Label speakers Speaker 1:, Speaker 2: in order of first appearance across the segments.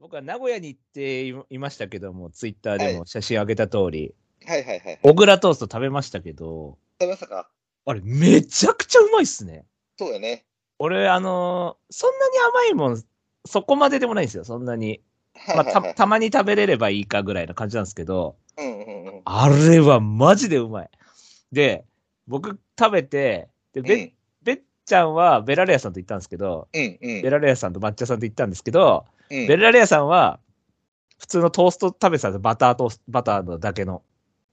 Speaker 1: 僕は名古屋に行っていいましたけども、ツイッターでも写真上げた通り、
Speaker 2: はいはいはい。
Speaker 1: 小倉トースト食べましたけど、
Speaker 2: 食べましたか
Speaker 1: あれ、めちゃくちゃうまいっすね。
Speaker 2: そうだよね。
Speaker 1: 俺、あのーそんなに甘いもん、そこまででもないんですよ、そんなに。
Speaker 2: はい
Speaker 1: まあ、
Speaker 2: はい
Speaker 1: た
Speaker 2: はい。
Speaker 1: たまに食べれればいいかぐらいの感じなんですけど、
Speaker 2: うんうんうん。
Speaker 1: あれはマジでうまい。で、僕食べて、で、べ、
Speaker 2: うん
Speaker 1: べっちゃんはベラレアさんと行ったんですけど、
Speaker 2: うんうん。
Speaker 1: ベラレアさんと抹茶さんと行ったんですけど、
Speaker 2: うん
Speaker 1: ベラレアさんは、普通のトースト食べてたんですよバタートースト、バターのだけの。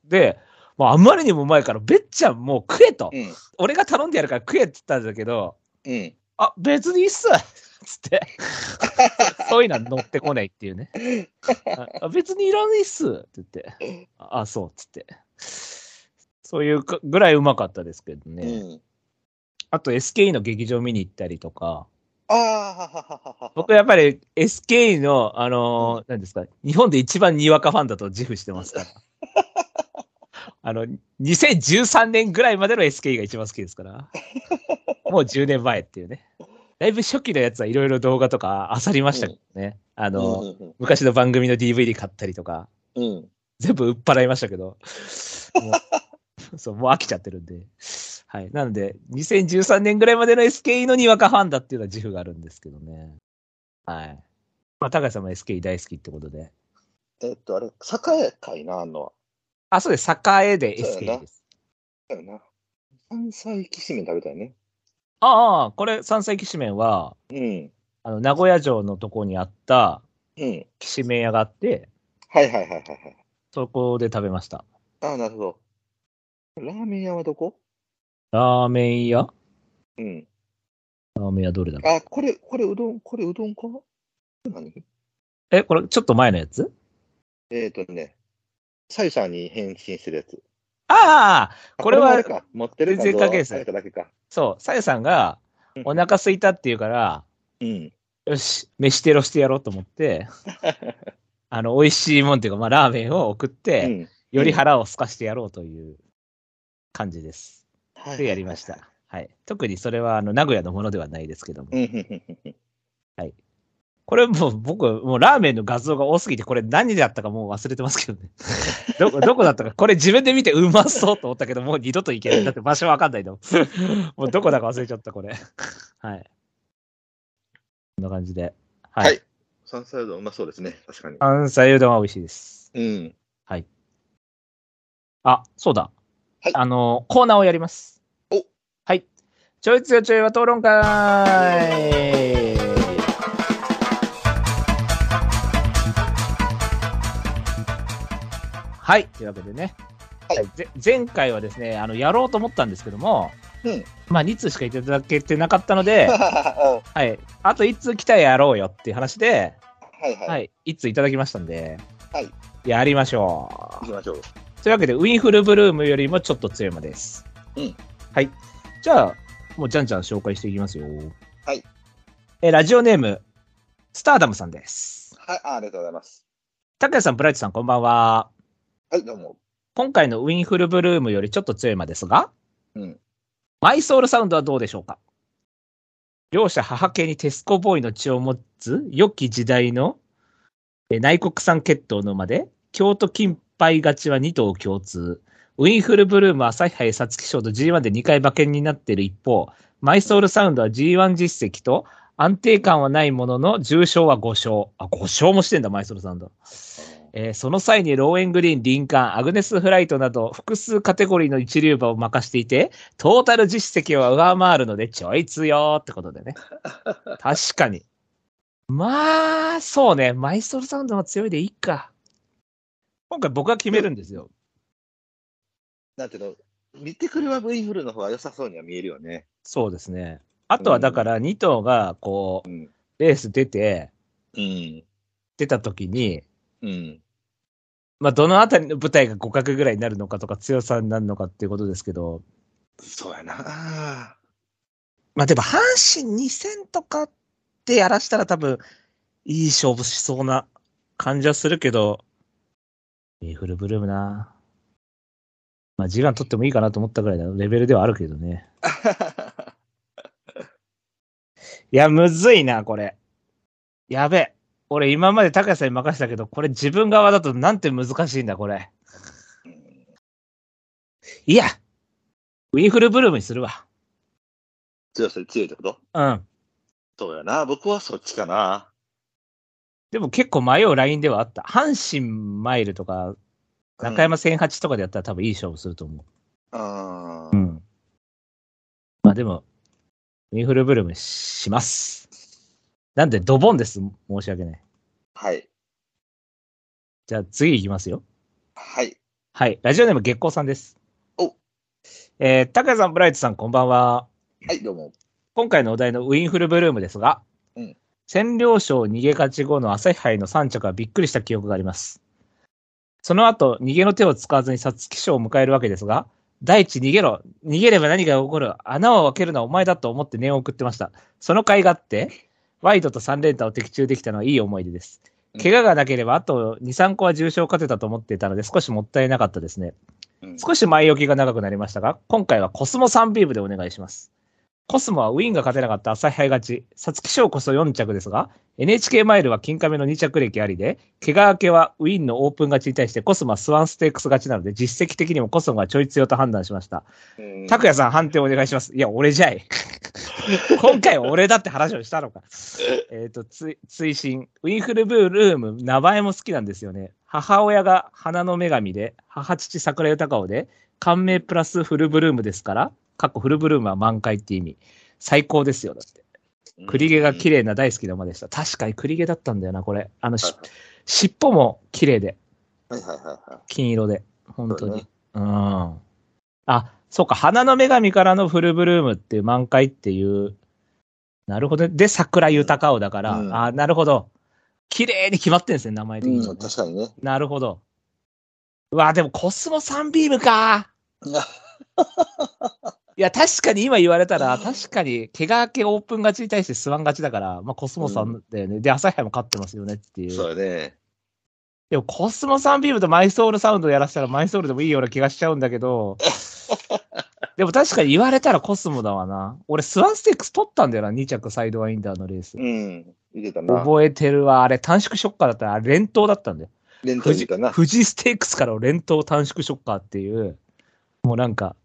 Speaker 1: で、もうあまりにもうまいから、べっちゃんもう食えと。
Speaker 2: うん
Speaker 1: 俺が頼んでやるから食えって言ったんだけど、
Speaker 2: うん。
Speaker 1: あ、別にいいっすつって、そういうのは乗ってこないっていうね。あ別にいらないっすって言って、あ、そう、つって。そういうかぐらいうまかったですけどね。
Speaker 2: うん。
Speaker 1: あと SKE の劇場見に行ったりとか、
Speaker 2: ああ、はははは。
Speaker 1: 僕やっぱり SKE の、あのーなんですか、日本で一番にわかファンだと自負してますから。 あの、2013年ぐらいまでの SKE が一番好きですから。もう10年前っていうね。だいぶ初期のやつはいろいろ動画とか漁りましたけどね。あ
Speaker 2: う
Speaker 1: の、
Speaker 2: んうん
Speaker 1: 昔の番組の DVD 買ったりとか、
Speaker 2: うん。うん。
Speaker 1: 全部売っ払いましたけど。もう そう、もう飽きちゃってるんで。はい。なので、2013年ぐらいまでの SKE のにわかファンだっていうのは自負があるんですけどね。はい。まあ、高橋さんも SKE 大好きってことで。
Speaker 2: えっと、あれ、栄かいな、あんのは。
Speaker 1: あ、そうです。栄で
Speaker 2: そう
Speaker 1: SKE
Speaker 2: だな
Speaker 1: です。
Speaker 2: だよな。山菜きしめん食べたいね。
Speaker 1: ああ、これ、山菜きしめんは、
Speaker 2: うん。
Speaker 1: あの、名古屋城のとこにあった
Speaker 2: うん。
Speaker 1: きしめん屋があって、
Speaker 2: はいはいはいはいはい。
Speaker 1: そこで食べました。
Speaker 2: ああ、なるほど。ラーメン屋はどこ
Speaker 1: ラーメン屋
Speaker 2: うん。
Speaker 1: ラーメン屋どれだろう
Speaker 2: あ、これ、これうどん、これうどんか何
Speaker 1: え、これ、ちょっと前のやつ
Speaker 2: えっ、ー、とね、サイさんに返信してるやつ。
Speaker 1: ああ、
Speaker 2: あ
Speaker 1: これは
Speaker 2: あれか、持ってる画像
Speaker 1: 全然関係ないです
Speaker 2: あれかだけか。
Speaker 1: そう、さやさんが、お腹空いたって言うから、
Speaker 2: うん。
Speaker 1: よし、飯テロしてやろうと思って、あの、美味しいもんっていうか、まあ、ラーメンを送っ
Speaker 2: う
Speaker 1: て、
Speaker 2: ん。
Speaker 1: より腹を空かしてやろうという感じです。
Speaker 2: は
Speaker 1: で、やりまし。た。はい。特にそれは、あの、名古屋のものではないですけども
Speaker 2: う。ん、うんうんうんうん。
Speaker 1: これもう、僕、もうラーメンの画像が多すぎて、これ何だったかもう忘れてますけどね。 ど、どこだったか、これ自分で見てうまそうと思ったけど、もう二度と行けない。だって場所わかん ないの。もうどこだか忘れちゃった、これ。はい。こんな感じで。はい。
Speaker 2: はい山菜うどんうまそうですね、確かに。
Speaker 1: 関西うどんは美味しいです。
Speaker 2: うん。
Speaker 1: あ、そうだ。
Speaker 2: はい
Speaker 1: あの、コーナーをやります。
Speaker 2: お
Speaker 1: はい。ちょいつよちょいは討論会はい。というわけでね。
Speaker 2: はい
Speaker 1: ぜ前回はですね、あの、やろうと思ったんですけども、
Speaker 2: うん
Speaker 1: まあ、2通しかいただけてなかったので、
Speaker 2: は
Speaker 1: はい。あと1通来たらやろうよっていう話で、
Speaker 2: いはい。。
Speaker 1: はいい。1通いただきましたんで、
Speaker 2: はい。
Speaker 1: やりましょう
Speaker 2: 行。きましょう。
Speaker 1: というわけで、ウィンフルブルームよりもちょっと強いまです。
Speaker 2: うん。
Speaker 1: はい。じゃあ、もうじゃんじゃん紹介していきますよ。
Speaker 2: はい。
Speaker 1: えーラジオネーム、スターダムさんです。
Speaker 2: はい、あありがとうございます。
Speaker 1: 拓也さん、ブライトさん、こんばんは。
Speaker 2: はい、どうも。
Speaker 1: 今回のウィンフルブルームよりちょっと強いまですが、
Speaker 2: うん。
Speaker 1: マイソウルサウンドはどうでしょうか両者母系にテスコボーイの血を持つ良き時代のえー内国産血統の馬で、京都金杯勝ちは2頭共通。ウィンフルブルーム、朝日杯、皐月賞と G1 で2回馬券になっている一方、マイソウルサウンドは G1 実績と安定感はないものの重賞は5勝。あ、5勝もしてんだ、マイソウルサウンド。えーその際にローエングリーン、リンカン、アグネス・フライトなど複数カテゴリーの一流馬を任していて、トータル実績は上回るのでちょい強ってこと でね。確かに。まあ、そうね。マイストルサウンドも強いでいいか。今回僕が決めるんですよ。
Speaker 2: なんていうの、見てくれはブインフルの方が良さそうには見えるよね。
Speaker 1: そうですね。あとはだから2頭がこう、
Speaker 2: うん。
Speaker 1: レース出て、
Speaker 2: うん。
Speaker 1: 出た時に、
Speaker 2: うん。
Speaker 1: まあ、どのあたりの舞台が互角ぐらいになるのかとか強さになるのかっていうことですけど、
Speaker 2: そうやな。
Speaker 1: まあでも阪神2戦とかってやらしたら多分いい勝負しそうな感じはするけど、インフルブルームな。まあ G1 取ってもいいかなと思ったぐらいのレベルではあるけどね。いや、むずいな、これ。やべえ。俺今まで高橋さんに任せたけど、これ自分側だとなんて難しいんだ、これ。いや、ウィンフルブルームにするわ。
Speaker 2: 強さで強いってこと
Speaker 1: うん。
Speaker 2: そうやな。僕はそっちかな。
Speaker 1: でも結構迷うラインではあった。阪神マイルとか、中山1008とかでやったら多分いい勝負すると思
Speaker 2: うん。
Speaker 1: う。うん。まあでも、ウィンフルブルームします。なんでドボンです。申し訳ない。
Speaker 2: はい。
Speaker 1: じゃあ次いきますよ。
Speaker 2: はい。
Speaker 1: はい。ラジオネーム月光さんです。
Speaker 2: お
Speaker 1: えー、高谷さん、ブライトさん、こんばんは。
Speaker 2: はい、どうも。
Speaker 1: 今回のお題のウィンフルブルームですが、
Speaker 2: うん
Speaker 1: 占領賞逃げ勝ち後の朝日杯の3着はびっくりした記憶があります。その後、逃げの手を使わずに皐月賞を迎えるわけですが、第一逃げろ逃げれば何が起こる穴を開けるのはお前だと思って念を送ってました。その甲斐があって、ワイドと3連単を的中できたのはいい思い出です。怪我がなければあと2、3個は重傷を勝てたと思っていたので少しもったいなかったですね。
Speaker 2: うん
Speaker 1: 少し前置きが長くなりましたが、今回はコスモサンビームでお願いします。コスモはウィンが勝てなかった朝日杯勝ち、皐月賞こそ4着ですが、NHK マイルは金亀の2着歴ありで、怪我明けはウィンのオープン勝ちに対してコスモはスワンステークス勝ちなので、実績的にもコスモがちょい強と判断しました。
Speaker 2: うん
Speaker 1: 拓也さん判定お願いします。いや、俺じゃい。 今回は俺だって話をしたの か。えっと、つ追伸ウィンフルブルーム、名前も好きなんですよね。母親が花の女神で、母父桜豊雄で、感銘プラスフルブルームですから、かっこフルブルームは満開って意味。最高ですよ、だって。栗毛が綺麗な大好きな馬でした。確かに栗毛だったんだよな、これ。あの、し尻尾も綺麗で、
Speaker 2: はいはいはいは
Speaker 1: 金色で。本
Speaker 2: い。
Speaker 1: 当に。
Speaker 2: ね。
Speaker 1: うん。あ、そうか、花の女神からのフルブルームっていう満開っていう。なるほどね。で、桜豊かをだから、
Speaker 2: うん
Speaker 1: あ、なるほど。綺麗に決まってんですね、名前的に、
Speaker 2: うん、確かにね。
Speaker 1: なるほど。うわ、でもコスモサンビーム か。いや、確かに今言われたら、確かに、怪我明けオープン勝ちに対してスワン勝ちだから、まあコスモさんだよね。で、朝日杯も勝ってますよねっていう。
Speaker 2: そうやね。
Speaker 1: でもコスモサンビームとマイソールサウンドやらせたらマイソールでもいいような気がしちゃうんだけど、でも確かに言われたらコスモだわな。俺スワンステックス取ったんだよな、2着サイドワインダーのレース。
Speaker 2: うん。いけたな。
Speaker 1: 覚えてるわ。あれ短縮ショッカーだったら、あれ連投だったんだよ。
Speaker 2: レンタ
Speaker 1: 富
Speaker 2: ルい
Speaker 1: 士
Speaker 2: いかな。
Speaker 1: 富士ステークスからの連投短縮ショッカーっていう、もうなんか、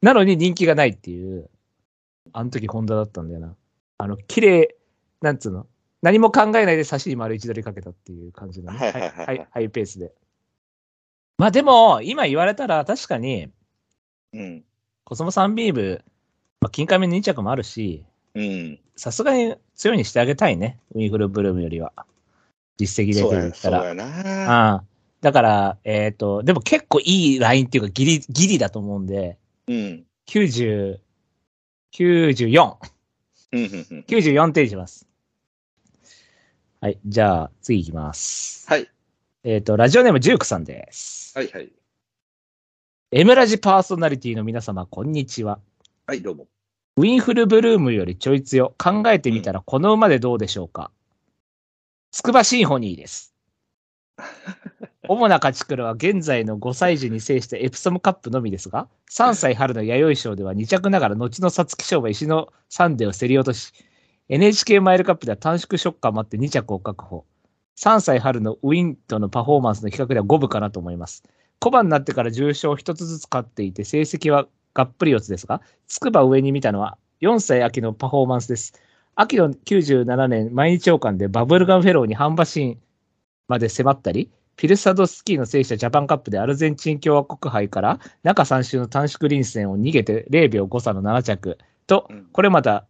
Speaker 1: なのに人気がないっていう、あの時ホンダだったんだよな。あの、綺麗なんつうの何も考えないで差しに丸一取りかけたっていう感じのね、
Speaker 2: はいはいはいはい
Speaker 1: ハイハイペースで。まあでも、今言われたら確かに、
Speaker 2: うん。
Speaker 1: コスモサンビーム、まあ、金亀の2着もあるし、
Speaker 2: うん。
Speaker 1: さすがに強いにしてあげたいね。ウィンフルブルームよりは。実績出
Speaker 2: そう
Speaker 1: て
Speaker 2: や
Speaker 1: るか
Speaker 2: そう
Speaker 1: ら。
Speaker 2: やな。
Speaker 1: ああだから、えっ、と、でも結構いいラインっていうか、ギリ、ギリだと思うんで、
Speaker 2: うん。
Speaker 1: 90、94、
Speaker 2: うんうんうん。
Speaker 1: 94点にします。はい、じゃあ、次いきます。
Speaker 2: はい。
Speaker 1: えっ、と、ラジオネームジュークさんです。
Speaker 2: はいはい。
Speaker 1: エムラジパーソナリティの皆様、こんにちは。
Speaker 2: はい、どうも。
Speaker 1: ウィンフルブルームよりちょい強。考えてみたら、この馬でどうでしょうか。つくばシンフォニーです。主な勝ち黒は現在の5歳児に制したエプソムカップのみですが、3歳春の弥生賞では2着ながら後の皐月賞馬石のサンデーを競り落とし、NHK マイルカップでは短縮ショッカーもあって2着を確保。3歳春のウィンとのパフォーマンスの比較では五分かなと思います。小判になってから重賞1つずつ勝っていて、成績はがっぷり四つですが、つくば上に見たのは4歳秋のパフォーマンスです。秋の97年毎日王冠でバブルガンフェローに半馬身まで迫ったり、ピルサドスキーの制したジャパンカップでアルゼンチン共和国杯から中3周の短縮臨戦を逃げて0秒5差の7着と
Speaker 2: うん、
Speaker 1: これまた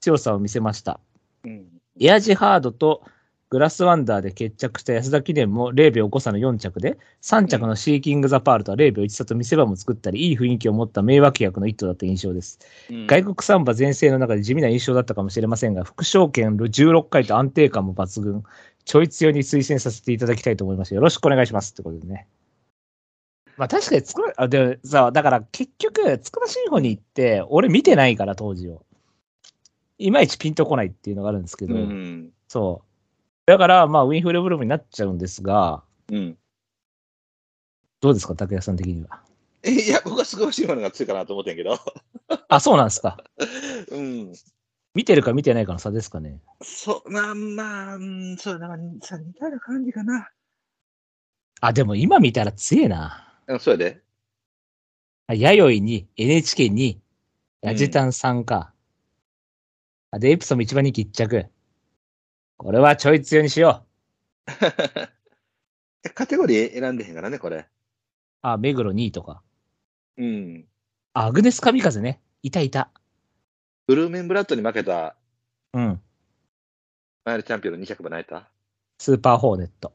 Speaker 1: 強さを見せました。
Speaker 2: うん。
Speaker 1: エアジハードとグラスワンダーで決着した安田記念も0秒5差の4着で、3着のシーキング・ザ・パールとは0秒1差と見せ場も作ったり、いい雰囲気を持った名脇役の一頭だった印象です。外国サンバ全盛の中で地味な印象だったかもしれませんが、副賞券16回と安定感も抜群、ちょい強に推薦させていただきたいと思いました。よろしくお願いしますってことでね。まあ確かにつくば、あでもさ、だから結局、つくばシンフォニーって、俺見てないから当時を。いまいちピンとこないっていうのがあるんですけ
Speaker 2: う
Speaker 1: ど、
Speaker 2: ん。
Speaker 1: そう。だから、まあ、ウィンフルブルームになっちゃうんですが、
Speaker 2: うん。
Speaker 1: どうですか、拓也さん的には。
Speaker 2: えいや、僕はすごい欲しいものが強いかなと思ってんけど。
Speaker 1: あ、そうなんですか。
Speaker 2: うん。
Speaker 1: 見てるか見てないかの差ですかね。
Speaker 2: そう、まあまあ、うんそうだな、さ似たような感じかな。
Speaker 1: あ、でも今見たら強えな。
Speaker 2: うん、そうやで。
Speaker 1: あ弥生に、NHK に、
Speaker 2: うん
Speaker 1: ラジタンさんか。あで、エプソム一番人気一着。これはちょい強にしよう。
Speaker 2: カテゴリー選んでへんからね、これ。
Speaker 1: あ、目黒2位とか。
Speaker 2: うん。
Speaker 1: あ、アグネス・カミカゼね。いたいた。
Speaker 2: ブルーメンブラッドに負けた
Speaker 1: うん。
Speaker 2: マイルチャンピオンの2着も泣いた。
Speaker 1: スーパーホーネット。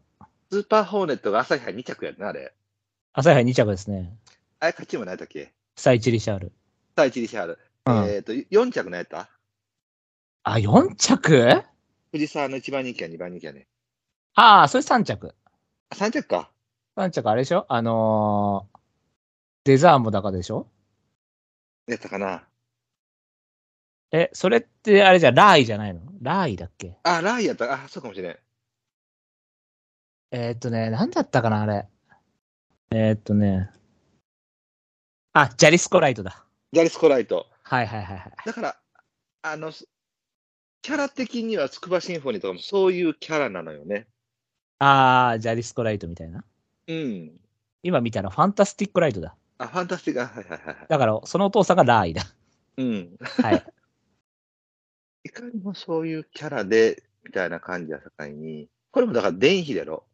Speaker 2: スーパーホーネットが朝日杯2着やんな、あれ。
Speaker 1: 朝日杯2着ですね。
Speaker 2: あれ、勝ちも泣いたっけ
Speaker 1: サイチリシャール。
Speaker 2: 対チリシャール。
Speaker 1: うん。
Speaker 2: えっ、と、4着泣いた
Speaker 1: あ、4着
Speaker 2: 藤沢の1番人気や2番人気やね。
Speaker 1: ああ、それ3着。
Speaker 2: あ、3着か。
Speaker 1: 3着あれでしょあのー、デザーモだかでしょ
Speaker 2: やったかな。
Speaker 1: え、それってあれじゃ、ラーイじゃないのラーイだっけ
Speaker 2: あ、ライやった。あ、そうかもしれん。
Speaker 1: えーっとね、なんだったかな、あれ。えーっとね。あ、ジャリスコライトだ。
Speaker 2: ジャリスコライト。
Speaker 1: はいはいはいはい。
Speaker 2: だから、あの、キャラ的には筑波シンフォニーとかもそういうキャラなのよね。
Speaker 1: あー、ジャリスコライトみたいな。
Speaker 2: うん。
Speaker 1: 今見たらファンタスティックライトだ。
Speaker 2: あ、ファンタスティック。あはいはいはいはい。
Speaker 1: だから、そのお父さんがラーイだ。
Speaker 2: うん。
Speaker 1: はい。
Speaker 2: いかにもそういうキャラで、みたいな感じやさかいに、これもだから、電費だろ。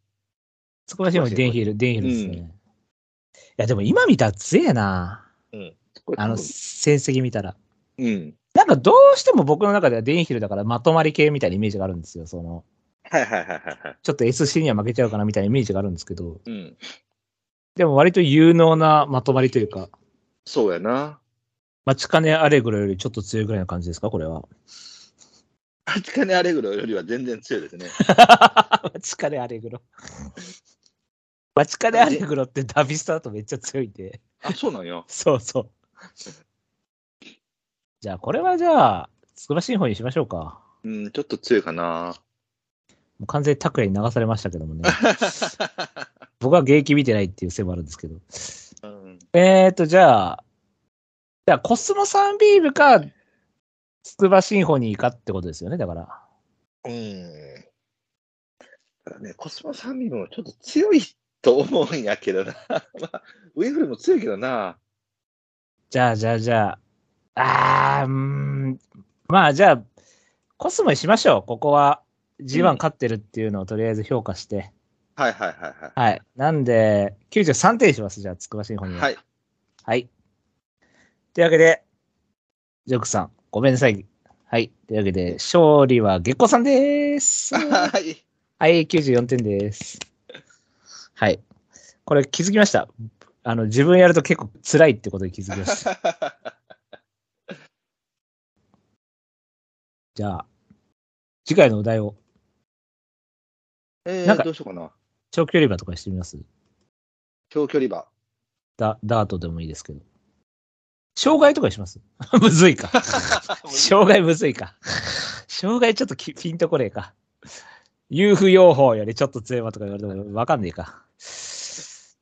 Speaker 1: そこら辺もデンヒル、デンヒルですね。いや、でも今見たら強えな。
Speaker 2: これ
Speaker 1: あの、戦績見たら。
Speaker 2: うん。
Speaker 1: なんかどうしても僕の中ではデンヒルだからまとまり系みたいなイメージがあるんですよ。その、
Speaker 2: はいはいはいはいはい。
Speaker 1: ちょっと SC には負けちゃうかなみたいなイメージがあるんですけど、
Speaker 2: うん。
Speaker 1: でも割と有能なまとまりというか、
Speaker 2: そうやな。
Speaker 1: マチカネアレグロよりちょっと強いぐらいの感じですか、こ れは。
Speaker 2: マチカネアレグロよりは全然強いですね。
Speaker 1: マチカネアレグロ。マチカネアレグロってダビスターとめっちゃ強いんで。
Speaker 2: あ、そうなんよ。
Speaker 1: そうそう。じゃあ、これはじゃあ、つくば新法にしましょうか。
Speaker 2: うん、ちょっと強いかな。
Speaker 1: もう完全に拓也に流されましたけど もね。僕は現役見てないっていうせもあるんですけど。
Speaker 2: うん、
Speaker 1: えーと、じゃあ、じゃあ、コスモサンビームか、つくばシンフォニーかってことですよね、だから。
Speaker 2: うん。ただね、コスモサンビムもちょっと強いと思うんやけどな。 まあ、ウィフルも強いけどな。
Speaker 1: じゃあ、じゃあ、じゃあ、あー、うーん、まあ、じゃあ、コスモにしましょう。ここは
Speaker 2: う
Speaker 1: G1
Speaker 2: ん
Speaker 1: 勝ってるっていうのをとりあえず評価して。
Speaker 2: はいはいはい
Speaker 1: はい。なんで、93点にします。じゃあ、つくばシンフォ
Speaker 2: は
Speaker 1: ニ
Speaker 2: い。
Speaker 1: ー。
Speaker 2: はい。
Speaker 1: はい。というわけで、ジョークさん、ごめんなさい。はい。というわけで、勝利は月光さんでー す。は
Speaker 2: はい。
Speaker 1: い、94点です。はい。これ気づきました。あの、自分やると結構辛いってことに気づきました。じゃあ、次回のお題を
Speaker 2: え
Speaker 1: なん
Speaker 2: ー、
Speaker 1: か
Speaker 2: どうしようかな。
Speaker 1: 長距離馬とかにしてみます
Speaker 2: 長距離馬。
Speaker 1: ダダートでもいいですけど。障害とかにします むずいか。障害むずいか。 障害ちょっときピンとこねえか。遊夫用法よりちょっと強いわとか言われてもわかんねえか。
Speaker 2: シ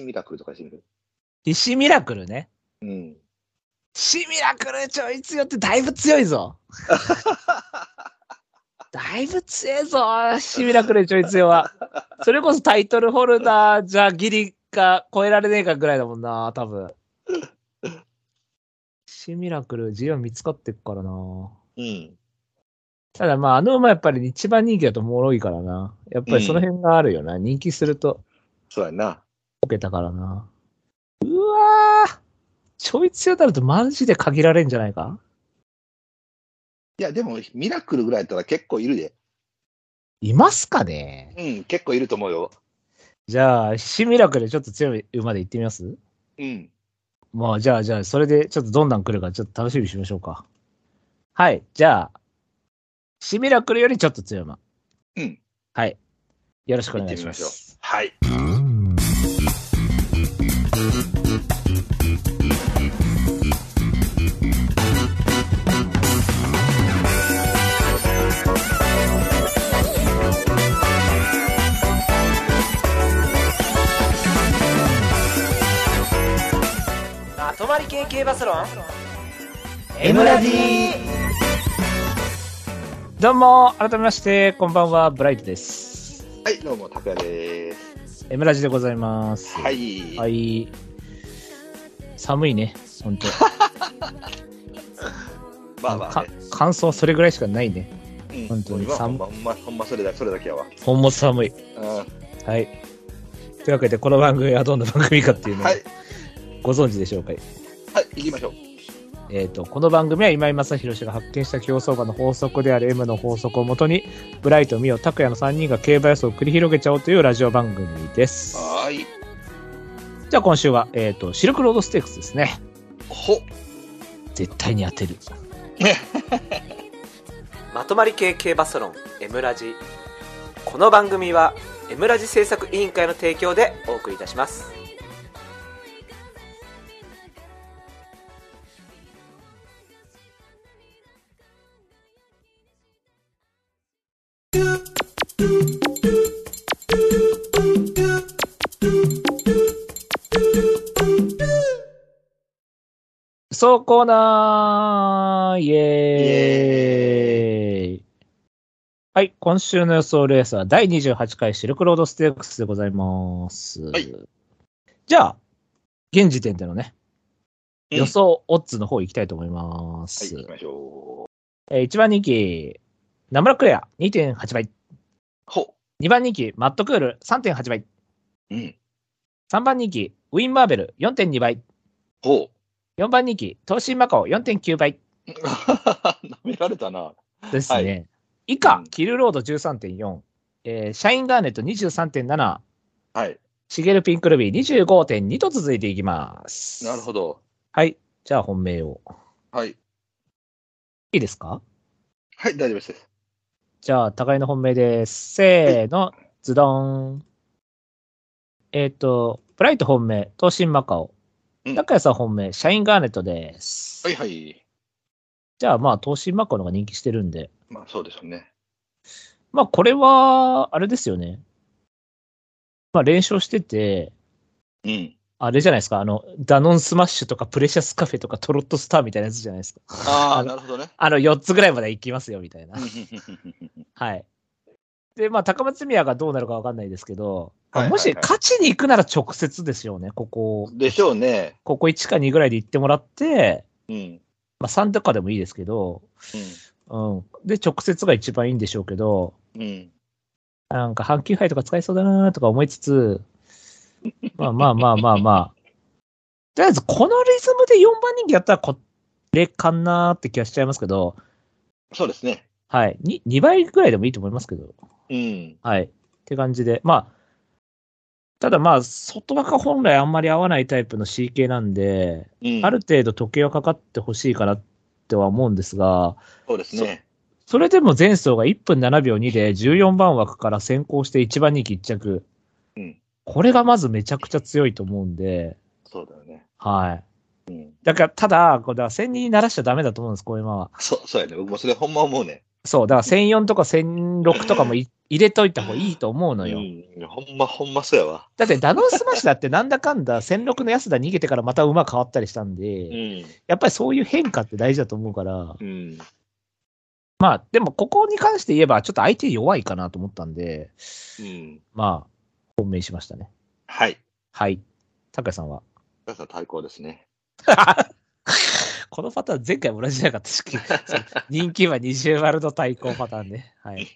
Speaker 2: ミラクルとかしてみる。
Speaker 1: ひしミラクルね。
Speaker 2: うん。
Speaker 1: シミラクルちょい強ってだいぶ強いぞ。だいぶ強いぞ、シミラクルちょい強は。それこそタイトルホルダーじゃギリか超えられねえかぐらいだもんな、多分。シミラクル G1 見つかってっからな。
Speaker 2: うん。
Speaker 1: ただまあ、あの馬やっぱり一番人気だと脆いからな。やっぱりその辺があるよな。人気すると
Speaker 2: そうやな。
Speaker 1: ボケたからな。うわぁちょい強だるとマジで限られんじゃないか
Speaker 2: いや、でも、ミラクルぐらいやったら結構いるで。
Speaker 1: いますかね
Speaker 2: うん、結構いると思うよ。
Speaker 1: じゃあ、シミラクルちょっと強い馬で行ってみます
Speaker 2: うん。
Speaker 1: まあ、じゃあ、じゃあ、それでちょっとどんなん来るかちょっと楽しみにしましょうか。はい、じゃあ、シミラクルよりちょっと強い馬。
Speaker 2: うん。
Speaker 1: はい。よろしくお願いしま。
Speaker 2: 行ってみますはい。
Speaker 1: まとまり系系バスロンエムラジどうも、改めまして、こんばんは、ブライトです。
Speaker 2: はい、どうも、拓也です。
Speaker 1: エムラジでございます。。
Speaker 2: はいい。
Speaker 1: はい。寒いね、本当。
Speaker 2: まあまあ、
Speaker 1: か
Speaker 2: ね。
Speaker 1: 感想それぐらいしかないね。
Speaker 2: うん
Speaker 1: 本当に
Speaker 2: 今ほ
Speaker 1: 寒
Speaker 2: ん
Speaker 1: い
Speaker 2: ま、ほんま、ほんまそれだ、それだけやわ。
Speaker 1: ほんも寒い。
Speaker 2: うん
Speaker 1: はい。というわけで、この番組はどんな番組かっていうのを
Speaker 2: はい、
Speaker 1: ご存知でしょうか、
Speaker 2: はい、行きましょう。
Speaker 1: えー、とこの番組は今井正弘氏が発見した競走馬の法則である M の法則をもとにブライト、ミオ、拓也の3人が競馬予想を繰り広げちゃおうというラジオ番組です。
Speaker 2: はーい。
Speaker 1: じゃあ今週は、えー、とシルクロードステークスですね。
Speaker 2: ほ
Speaker 1: 絶対に当てる。
Speaker 3: まとまり系系バサロン「エムラジ」この番組は「エムラジ」制作委員会の提供でお送りいたします
Speaker 1: そうコーナーイエーイはい、今週の予想レースは第28回シルクロードステークスでございます。
Speaker 2: はい
Speaker 1: じゃあ、現時点でのね、
Speaker 2: うん
Speaker 1: 予想オッズの方行きたいと思いま
Speaker 2: はい、
Speaker 1: す。
Speaker 2: 行きましょう。
Speaker 1: えー1番人気、ナムラクレア2.8倍。
Speaker 2: ほ
Speaker 1: 2番人気、マットクール3.8倍。
Speaker 2: うん。
Speaker 1: 3番人気、ウィン・マーベル4.2倍。
Speaker 2: ほ
Speaker 1: 4番人気、東進マカオ4.9倍
Speaker 2: う。舐められたな。
Speaker 1: ですね。
Speaker 2: は
Speaker 1: 以下
Speaker 2: うん、
Speaker 1: キルロード13.4、えーシャインガーネット23.7、
Speaker 2: はい。
Speaker 1: シゲルピンクルビー25.2と続いていきます。
Speaker 2: なるほ
Speaker 1: ど。
Speaker 2: ど。
Speaker 1: はい。じゃあ本命を。
Speaker 2: はい。
Speaker 1: いいですか
Speaker 2: はい、大丈夫です。
Speaker 1: じゃあ、互いの本命です。せーの、ズドン。えっ、と、ブライト本命、東進マカオ
Speaker 2: う。ん
Speaker 1: 中谷さん本命、シャインガーネットです。
Speaker 2: はいはい。
Speaker 1: じゃあ、まあ、東進マカオの方が人気してるんで。
Speaker 2: まあ、そうですよね。
Speaker 1: まあ、これは、あれですよね。まあ、連勝してて、
Speaker 2: うん。
Speaker 1: あれじゃないですか、あの、ダノンスマッシュとか、プレシャスカフェとか、トロットスターみたいなやつじゃないですか。
Speaker 2: あ
Speaker 1: あ
Speaker 2: あ、
Speaker 1: の
Speaker 2: なるほどね。
Speaker 1: あの、4つぐらいまで行きますよ、みたいな。
Speaker 2: うん
Speaker 1: はい。で、まあ、高松宮がどうなるかわかんないですけど、
Speaker 2: はいはいはい
Speaker 1: もし勝ちに行くなら直接ですよね、ここ、
Speaker 2: でしょうね。
Speaker 1: ここ1か2ぐらいで行ってもらって、
Speaker 2: うん。
Speaker 1: まあ、3とかでもいいですけど、うん。で、直接が一番いいんでしょうけど、
Speaker 2: うん。うん。
Speaker 1: なんか、阪急杯とか使いそうだなとか思いつつ、 まあまあまあまあまあ。とりあえず、このリズムで4番人気やったらこれかなーって気がしちゃいますけど、
Speaker 2: そうですね。
Speaker 1: はい。2, 2倍ぐらいでもいいと思いますけど。
Speaker 2: うん。
Speaker 1: はい。って感じで。まあ、ただまあ、外枠は本来あんまり合わないタイプの CK なんで、
Speaker 2: うん。
Speaker 1: ある程度時計はかかってほしいかなっては思うんですが、
Speaker 2: そうですね。
Speaker 1: それでも前走が1分7秒2で14番枠から先行して1番人気1着。
Speaker 2: うん
Speaker 1: これがまずめちゃくちゃ強いと思うんで、
Speaker 2: そうだよね。
Speaker 1: はい。
Speaker 2: うん
Speaker 1: だから、ただ、これだから1000にならしちゃダメだと思うんです、こういう馬は。
Speaker 2: そう、そうやね。僕もそれほんま思うね。
Speaker 1: そう、だから1004とか1006とかもい入れといた方がいいと思うのよ。
Speaker 2: うん。ほんま、ほんまそうやわ。
Speaker 1: だってダノンスマッシュだってなんだかんだ1006の安田逃げてからまた馬変わったりしたんで、
Speaker 2: うん。
Speaker 1: やっぱりそういう変化って大事だと思うから、
Speaker 2: うん。
Speaker 1: まあでもここに関して言えばちょっと相手弱いかなと思ったんで、
Speaker 2: うん。
Speaker 1: まあ本命しましたね。
Speaker 2: はい。
Speaker 1: はい。高谷さんは
Speaker 2: 皆さん対抗ですね。
Speaker 1: このパターン前回も同じじゃなかったし、 そう人気は二重丸の対抗パターンね。はい。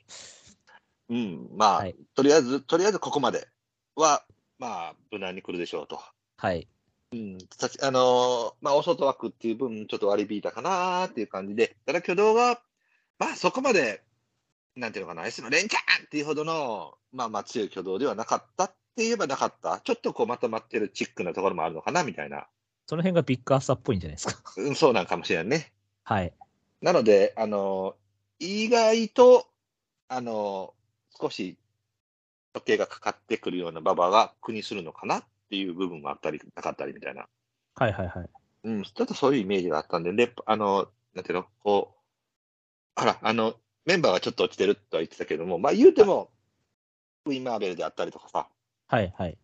Speaker 2: うん。まあ、
Speaker 1: はい
Speaker 2: とりあえず、とりあえずここまでは、まあ、無難に来るでしょうと。
Speaker 1: はい。
Speaker 2: さっきあのーまあ、お外枠っていう分、ちょっと割り引いたかなーっていう感じで、ただ挙動は、まあ、そこまで、なんていうのかな、S のレンチャンっていうほどの、まあまあ強い挙動ではなかったって言えばなかった。ちょっとこうまとまってるチックなところもあるのかな、みたいな。
Speaker 1: その辺がビッグアーサーっぽいんじゃないですか。
Speaker 2: うん、そうなんかもしれんね。
Speaker 1: はい。
Speaker 2: なので、あのー意外と、あのー少し、時計がかかってくるような馬場が苦にするのかなっていう部分もあったり、なかったりみたいな。
Speaker 1: はいはいはい。
Speaker 2: うん、ちょっとそういうイメージがあったんで、で、あの、なんていうの、こう、あら、あの、メンバーがちょっと落ちてるとは言ってたけども、まあ言うても、ウィン・マーベルであったりとかさ、
Speaker 1: はいはい。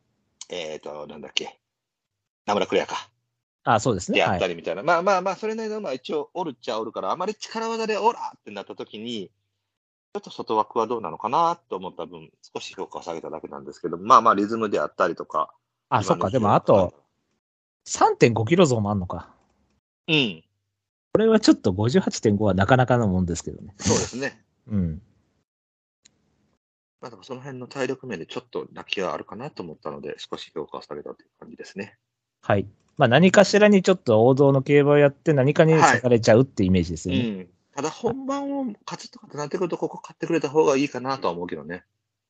Speaker 2: えっ、と、なんだっけ、ナムラクレアか。
Speaker 1: あ、そうですね。
Speaker 2: やっ
Speaker 1: は
Speaker 2: た
Speaker 1: い。
Speaker 2: りみたいな、まあまあまあ、それなりの、まあ、一応おるっちゃおるから、あまり力技でおらってなった時に、ちょっと外枠はどうなのかなと思った分、少し評価を下げただけなんですけど、まあまあ、リズムであったりとか。
Speaker 1: あ、そっか。でも、あと、3.5キロ増もあんのか。
Speaker 2: うん、
Speaker 1: これはちょっと58.5はなかなかのもんですけどね。
Speaker 2: そうですね。
Speaker 1: うん。
Speaker 2: まあ、でもその辺の体力面でちょっと泣きはあるかなと思ったので、少し評価を下げたという感じですね。
Speaker 1: はい。まあ、何かしらにちょっと王道の競馬をやって何かに刺されちゃうってイメージです
Speaker 2: う
Speaker 1: よね。
Speaker 2: ん、ただ、本番を勝つとかってなってくると、ここ買ってくれた方がいいかなとは思うけどね。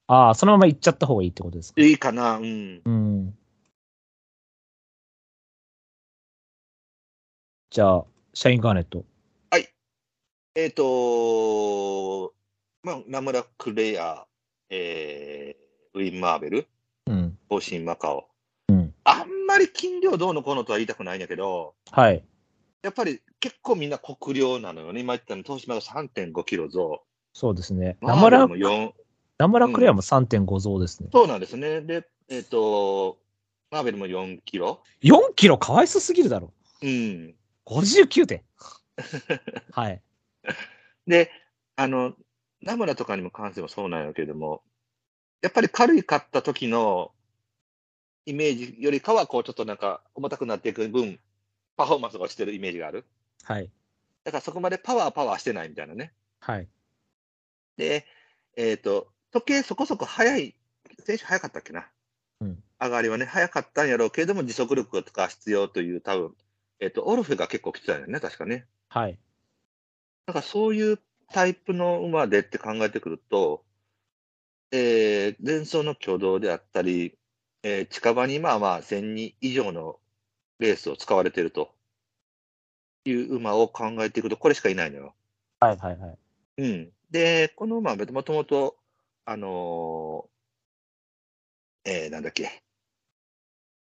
Speaker 1: ああ、そのまま行っちゃった方がいいってことですか。
Speaker 2: いいかな、うん。
Speaker 1: うん。じゃあ、シャインガーネット。
Speaker 2: えっ、とまあ、名村クレア、えー、ウィン・マーベル、
Speaker 1: うん。
Speaker 2: 方針マカオ。
Speaker 1: うん
Speaker 2: あんまり金量どうのこうのとは言いたくないんやけど、
Speaker 1: はい。
Speaker 2: やっぱり結構みんな国量なのよね。今言ったの、東芝が3.5キロ増。
Speaker 1: そうですね。ナ
Speaker 2: マー
Speaker 1: ム
Speaker 2: ベ
Speaker 1: ラ
Speaker 2: ルも、4。
Speaker 1: ナムラクレアも3.5増ですね。
Speaker 2: そうなんですね。で、えっ、と、マーベルも4キロ。
Speaker 1: 4キロかわいそすぎるだろ。
Speaker 2: うん。
Speaker 1: 59点。 はい。
Speaker 2: で、あの、ナムラとかにも関してもそうなんやけれども、やっぱり軽い買った時のイメージよりかは、こう、ちょっとなんか重たくなっていく分、パフォーマンスが落ちてるイメージがある。
Speaker 1: はい。
Speaker 2: だからそこまでパワーパワーしてないみたいなね。
Speaker 1: はい。
Speaker 2: で、えっ、と、時計そこそこ速い、選手速かったっけな。
Speaker 1: うん
Speaker 2: 上がりはね、速かったんやろうけれども、持続力とか必要という、多分えっ、と、オルフェが結構来てたんだよね、確かね。
Speaker 1: はい。
Speaker 2: だからそういうタイプの馬でって考えてくると、えー、前走の挙動であったり、えー近場にまあまあ1002以上のレースを使われているという馬を考えていくと、これしかいないのよ。
Speaker 1: はい。はい。はい。
Speaker 2: うん。で、この馬はもともと、あのーえーなんだっけ、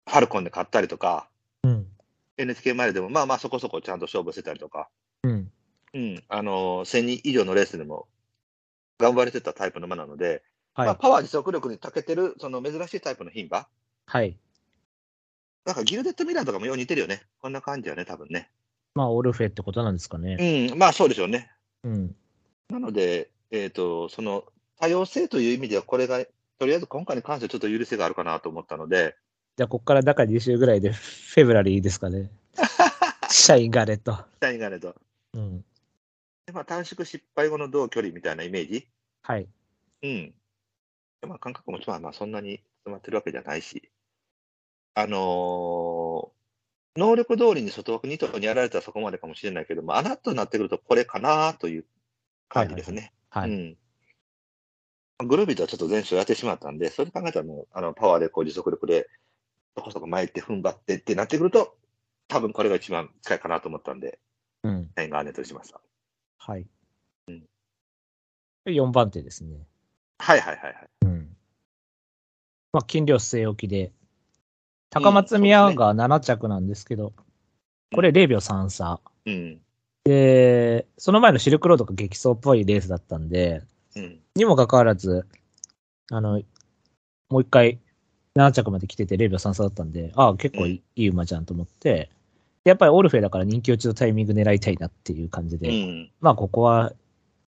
Speaker 2: ファルコンで買ったりとか、
Speaker 1: うん。
Speaker 2: NHK 前でもまあまあそこそこちゃんと勝負してたりとか、
Speaker 1: うん。
Speaker 2: うん、あの、1000人以上のレースでも頑張れてたタイプの馬なので、
Speaker 1: はい。
Speaker 2: まあ、パワー持続力に長けてる、その珍しいタイプの牝馬。
Speaker 1: はい。
Speaker 2: なんかギルデットミラーとかもよう似てるよね。こんな感じよね、多分ね。
Speaker 1: まあ、オルフェってことなんですかね。
Speaker 2: うん、まあそうでしょうね。
Speaker 1: うん。
Speaker 2: なので、えっ、と、その多様性という意味では、これが、とりあえず今回に関してはちょっと許せがあるかなと思ったので、
Speaker 1: じゃあ、ここからだから2週ぐらいで、フェブラリーですかね。シャインガーネット。
Speaker 2: 下にがねと。
Speaker 1: うん。
Speaker 2: でまあ、短縮失敗後の同距離みたいなイメージ。
Speaker 1: はい。
Speaker 2: うん。でまあ、感覚もまあまあそんなに詰まってるわけじゃないし、あのー能力通りに外枠2頭にやられたらそこまでかもしれないけども、穴となってくるとこれかなという感じですね。
Speaker 1: はい。
Speaker 2: うん、グルービーとはちょっと前走やってしまったんで、それ考えたらもうあのパワーでこう持続力で、そこそこ前行って踏ん張ってってなってくると、多分これが一番近いかなと思ったんで、
Speaker 1: うん。
Speaker 2: 点がアネとしました。
Speaker 1: はい。うん。4番手ですね。
Speaker 2: はいはいはいはい。
Speaker 1: うん。まあ、金量据え置きで、高松宮が7着なんですけど、これ0秒3差。
Speaker 2: うん。
Speaker 1: で、その前のシルクロードが激走っぽいレースだったんで、
Speaker 2: うん。
Speaker 1: にもかかわらず、あの、もう一回、7着まで来てて0秒3差だったんで、ああ、結構いい,、馬じゃんと思って、でやっぱりオルフェだから人気落ちのタイミング狙いたいなっていう感じ
Speaker 2: う
Speaker 1: で、
Speaker 2: ん。
Speaker 1: まあ、ここは、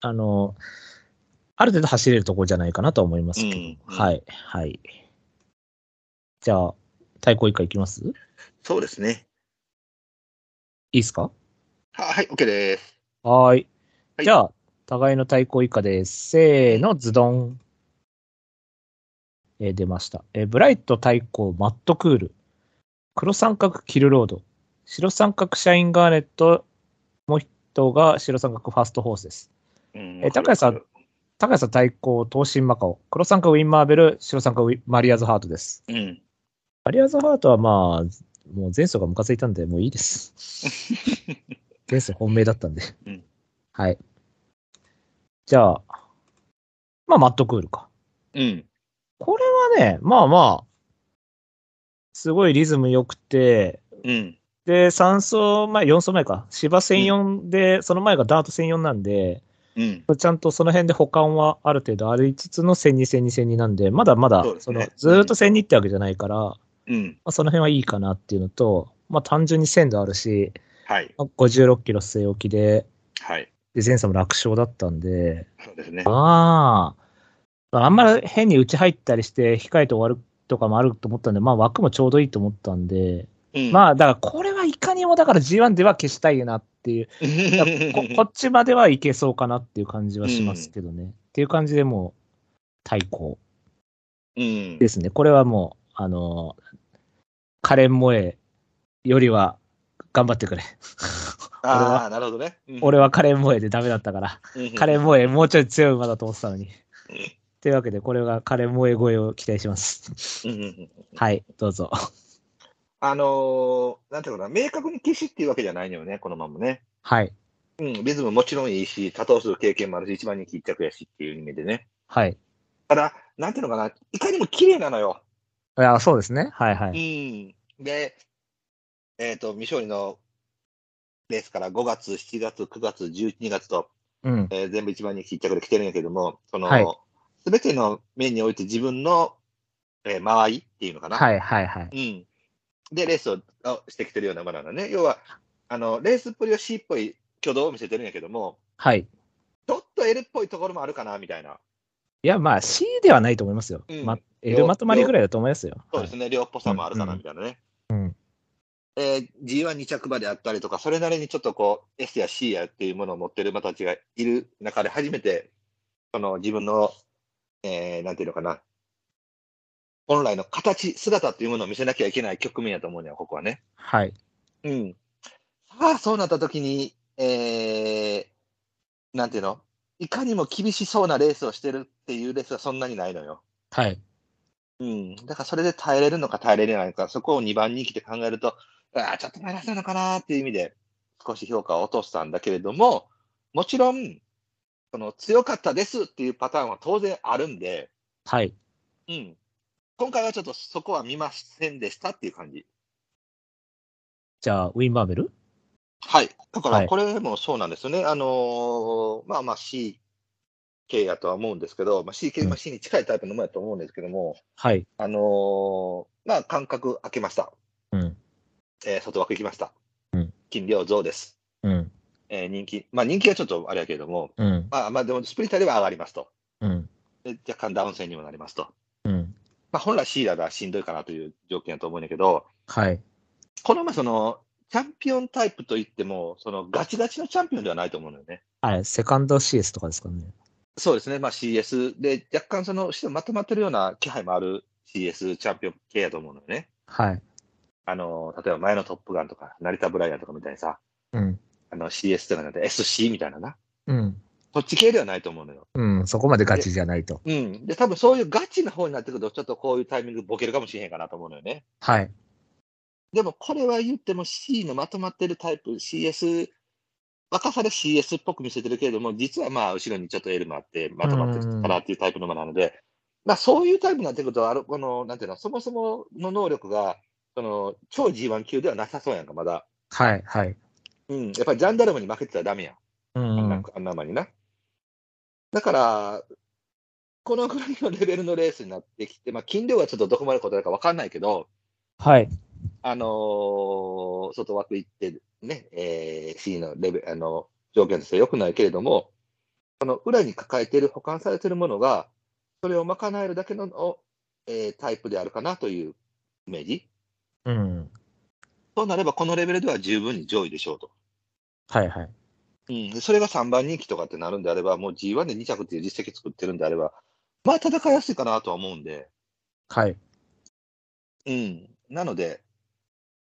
Speaker 1: あの、ある程度走れるところじゃないかなとは思いますけど、
Speaker 2: うんうん
Speaker 1: はい、はい。じゃあ、対抗以下いきますい
Speaker 2: そうですね。
Speaker 1: いですか
Speaker 2: ははい、OK です。
Speaker 1: はーい。
Speaker 2: はい
Speaker 1: じゃあ、互いの対抗以下です。せーの、ズドン。えー出ました。えーブライト対抗、マットクール。黒三角、キルロード。白三角、シャインガーネット。もう一頭が白三角、ファーストホースです。
Speaker 2: うん
Speaker 1: え高橋さん。高安対抗、東進マカオ。黒三角ウィンマーベル、白三角ウィンマリアーズハートです。
Speaker 2: うん。
Speaker 1: マリアーズハートはまあ、もう前走がムカついたんで、もういい です。前走本命だったんで。
Speaker 2: うん
Speaker 1: はい。じゃあ、まあ、マットクールか。
Speaker 2: うん。
Speaker 1: これはね、まあまあ、すごいリズム良くて、
Speaker 2: うん。
Speaker 1: で、3走前、4走前か。芝1004で、その前がダート1004なんで、
Speaker 2: うん。
Speaker 1: ちゃんとその辺で保管はある程度ありつつの1 2 0 2 1 2なんで、まだまだ
Speaker 2: そうで、す
Speaker 1: その
Speaker 2: ね
Speaker 1: ずーっと1 2ってわけじゃないから、ま
Speaker 2: うん。
Speaker 1: あ、その辺はいいかなっていうのと、まあ単純に鮮度あるし、
Speaker 2: はい。
Speaker 1: まあ56キロ据え置きで、
Speaker 2: はい。
Speaker 1: で、前走も楽勝だったんで、
Speaker 2: そうですね。
Speaker 1: まあ、あんまり変に打ち入ったりして、控えて終わるとかもあると思ったんで、まあ枠もちょうどいいと思ったんで、
Speaker 2: うん
Speaker 1: まあだからこれはいかにもだから G1 では消したいなって いう、だからここっちまではいけそうかなっていう感じはしますけどね。っていう感じでもう、対抗
Speaker 2: うん
Speaker 1: で。すね。これはもう、あのー、カレン萌えよりは頑張ってくれ。
Speaker 2: ああ、なるほどね。うん
Speaker 1: 俺、はカレン萌えでダメだったから。
Speaker 2: うん
Speaker 1: カレン萌え、もうちょい強い馬だと思ってたのに。というわけで、これがカレン萌え越えを期待します。
Speaker 2: うんうんうん
Speaker 1: はい、どうぞ。
Speaker 2: あのーなんていうのかな、明確に騎士っていうわけじゃないのよね、このままね。
Speaker 1: はい、
Speaker 2: うん、リズムもちろんいいし、多頭数経験もあるし、一番人気一着やしっていう意味でね。
Speaker 1: はい。
Speaker 2: ただ、なんていうのかな、いかにも綺麗なのよ。
Speaker 1: いや、そうですね。はい、は
Speaker 2: う
Speaker 1: い。
Speaker 2: ん。で、えっ、と、未勝利のレースから5月、7月、9月、12月と、
Speaker 1: うん。
Speaker 2: えー全部一番人気一着で来てるんやけども、そ
Speaker 1: はい
Speaker 2: の、すべ、ての面において自分の、えー間合いっていうのかな。
Speaker 1: はい、はい、はい。
Speaker 2: うん。で、レースをあしてきてるような馬なのね。要は、あの、レースっぽいよしっぽい挙動を見せてるんやけども、
Speaker 1: はい。
Speaker 2: ちょっと L っぽいところもあるかな、みたいな。
Speaker 1: いや、まあ C ではないと思いますよ。
Speaker 2: うん
Speaker 1: ま、L まとまりぐらいだと思いますよ。
Speaker 2: そうですね、量っぽさもあるかな、
Speaker 1: うん
Speaker 2: みたいなね。
Speaker 1: うん
Speaker 2: えー G12 着馬であったりとか、それなりにちょっとこう、S や C やっていうものを持ってる馬たちがいる中で、初めて、その自分の、えーなんていうのかな、本来の形、姿っていうものを見せなきゃいけない局面やと思うね、ここはね。
Speaker 1: はい。
Speaker 2: うん。さあ、そうなったときに、えー、なんていうのいかにも厳しそうなレースをしてるっていうレースはそんなにないのよ。
Speaker 1: はい。
Speaker 2: うん。だからそれで耐えれるのか耐えれないのか、そこを2番人気で考えると、ああ、ちょっとマイナスなのかなっていう意味で、少し評価を落としたんだけれども、もちろん、その強かったですっていうパターンは当然あるんで、
Speaker 1: はい。
Speaker 2: うん。今回はちょっとそこは見ませんでしたっていう感じ。
Speaker 1: じゃあ、ウィンバーベル
Speaker 2: はい。だか
Speaker 1: は
Speaker 2: ら、
Speaker 1: い
Speaker 2: これもそうなんですよね。あのーまあまあ CK やとは思うんですけど、まあ、CK、まあ、C に近いタイプのものやと思うんですけども、
Speaker 1: はい。
Speaker 2: あのーまあ、間隔空けました。
Speaker 1: うん。
Speaker 2: えー外枠行きました。
Speaker 1: うん
Speaker 2: 金量増です。
Speaker 1: うん。
Speaker 2: えー人気、まあ人気はちょっとあれやけれども、
Speaker 1: うん。
Speaker 2: まあまあでもスプリンターでは上がりますと。
Speaker 1: うん。
Speaker 2: で若干ダウン戦にもなりますと。
Speaker 1: うん。
Speaker 2: まあ本来 C だらしんどいかなという条件だと思うんだけど、
Speaker 1: はい。
Speaker 2: このまその、チャンピオンタイプといっても、そのガチガチのチャンピオンではないと思うのよね。
Speaker 1: あれ、セカンド CS とかですかね。
Speaker 2: そうですね、まあ、CS で、若干その後ろまとまってるような気配もある CS チャンピオン系やと思うのよね。
Speaker 1: はい。
Speaker 2: あの例えば前のトップガンとか、成田ブライアンとかみたいにさ、
Speaker 1: うん。
Speaker 2: あの CS とかなんて SC みたいなな、
Speaker 1: うん。
Speaker 2: そっち系ではないと思うのよ。
Speaker 1: うん。そこまでガチじゃないと。
Speaker 2: うん。で、多分そういうガチな方になってくると、ちょっとこういうタイミングボケるかもしれへんかなと思うのよね。
Speaker 1: はい。
Speaker 2: でもこれは言っても C のまとまってるタイプ、CS、若さで CS っぽく見せてるけれども、実はまあ後ろにちょっと L もあって、まとまってるかなっていうタイプのものなので、まあそういうタイプになってくると、あの、この、なんていうの、そもそもの能力が、その、超 G1 級ではなさそうやんか、まだ。
Speaker 1: はい。はい。
Speaker 2: うん、やっぱりジャンダルムに負けてたらダメやん。
Speaker 1: う。
Speaker 2: あんなんあんな馬にな。だから、このぐらいのレベルのレースになってきて、まあ、金量がちょっとどこまで答えるか分かんないけど、
Speaker 1: はい。
Speaker 2: あのー外枠行って、ね、えー C のレベル、あの、条件としては良くないけれども、この裏に抱えている、保管されているものが、それを賄えるだけの、おえータイプであるかなというイメージ。
Speaker 1: うん。
Speaker 2: そうなれば、このレベルでは十分に上位でしょうと。
Speaker 1: はい。はい。
Speaker 2: うん、それが3番人気とかってなるんであれば、もう G1 で2着っていう実績作ってるんであれば、まあ戦いやすいかなとは思うんで、
Speaker 1: はい。
Speaker 2: うん、なので、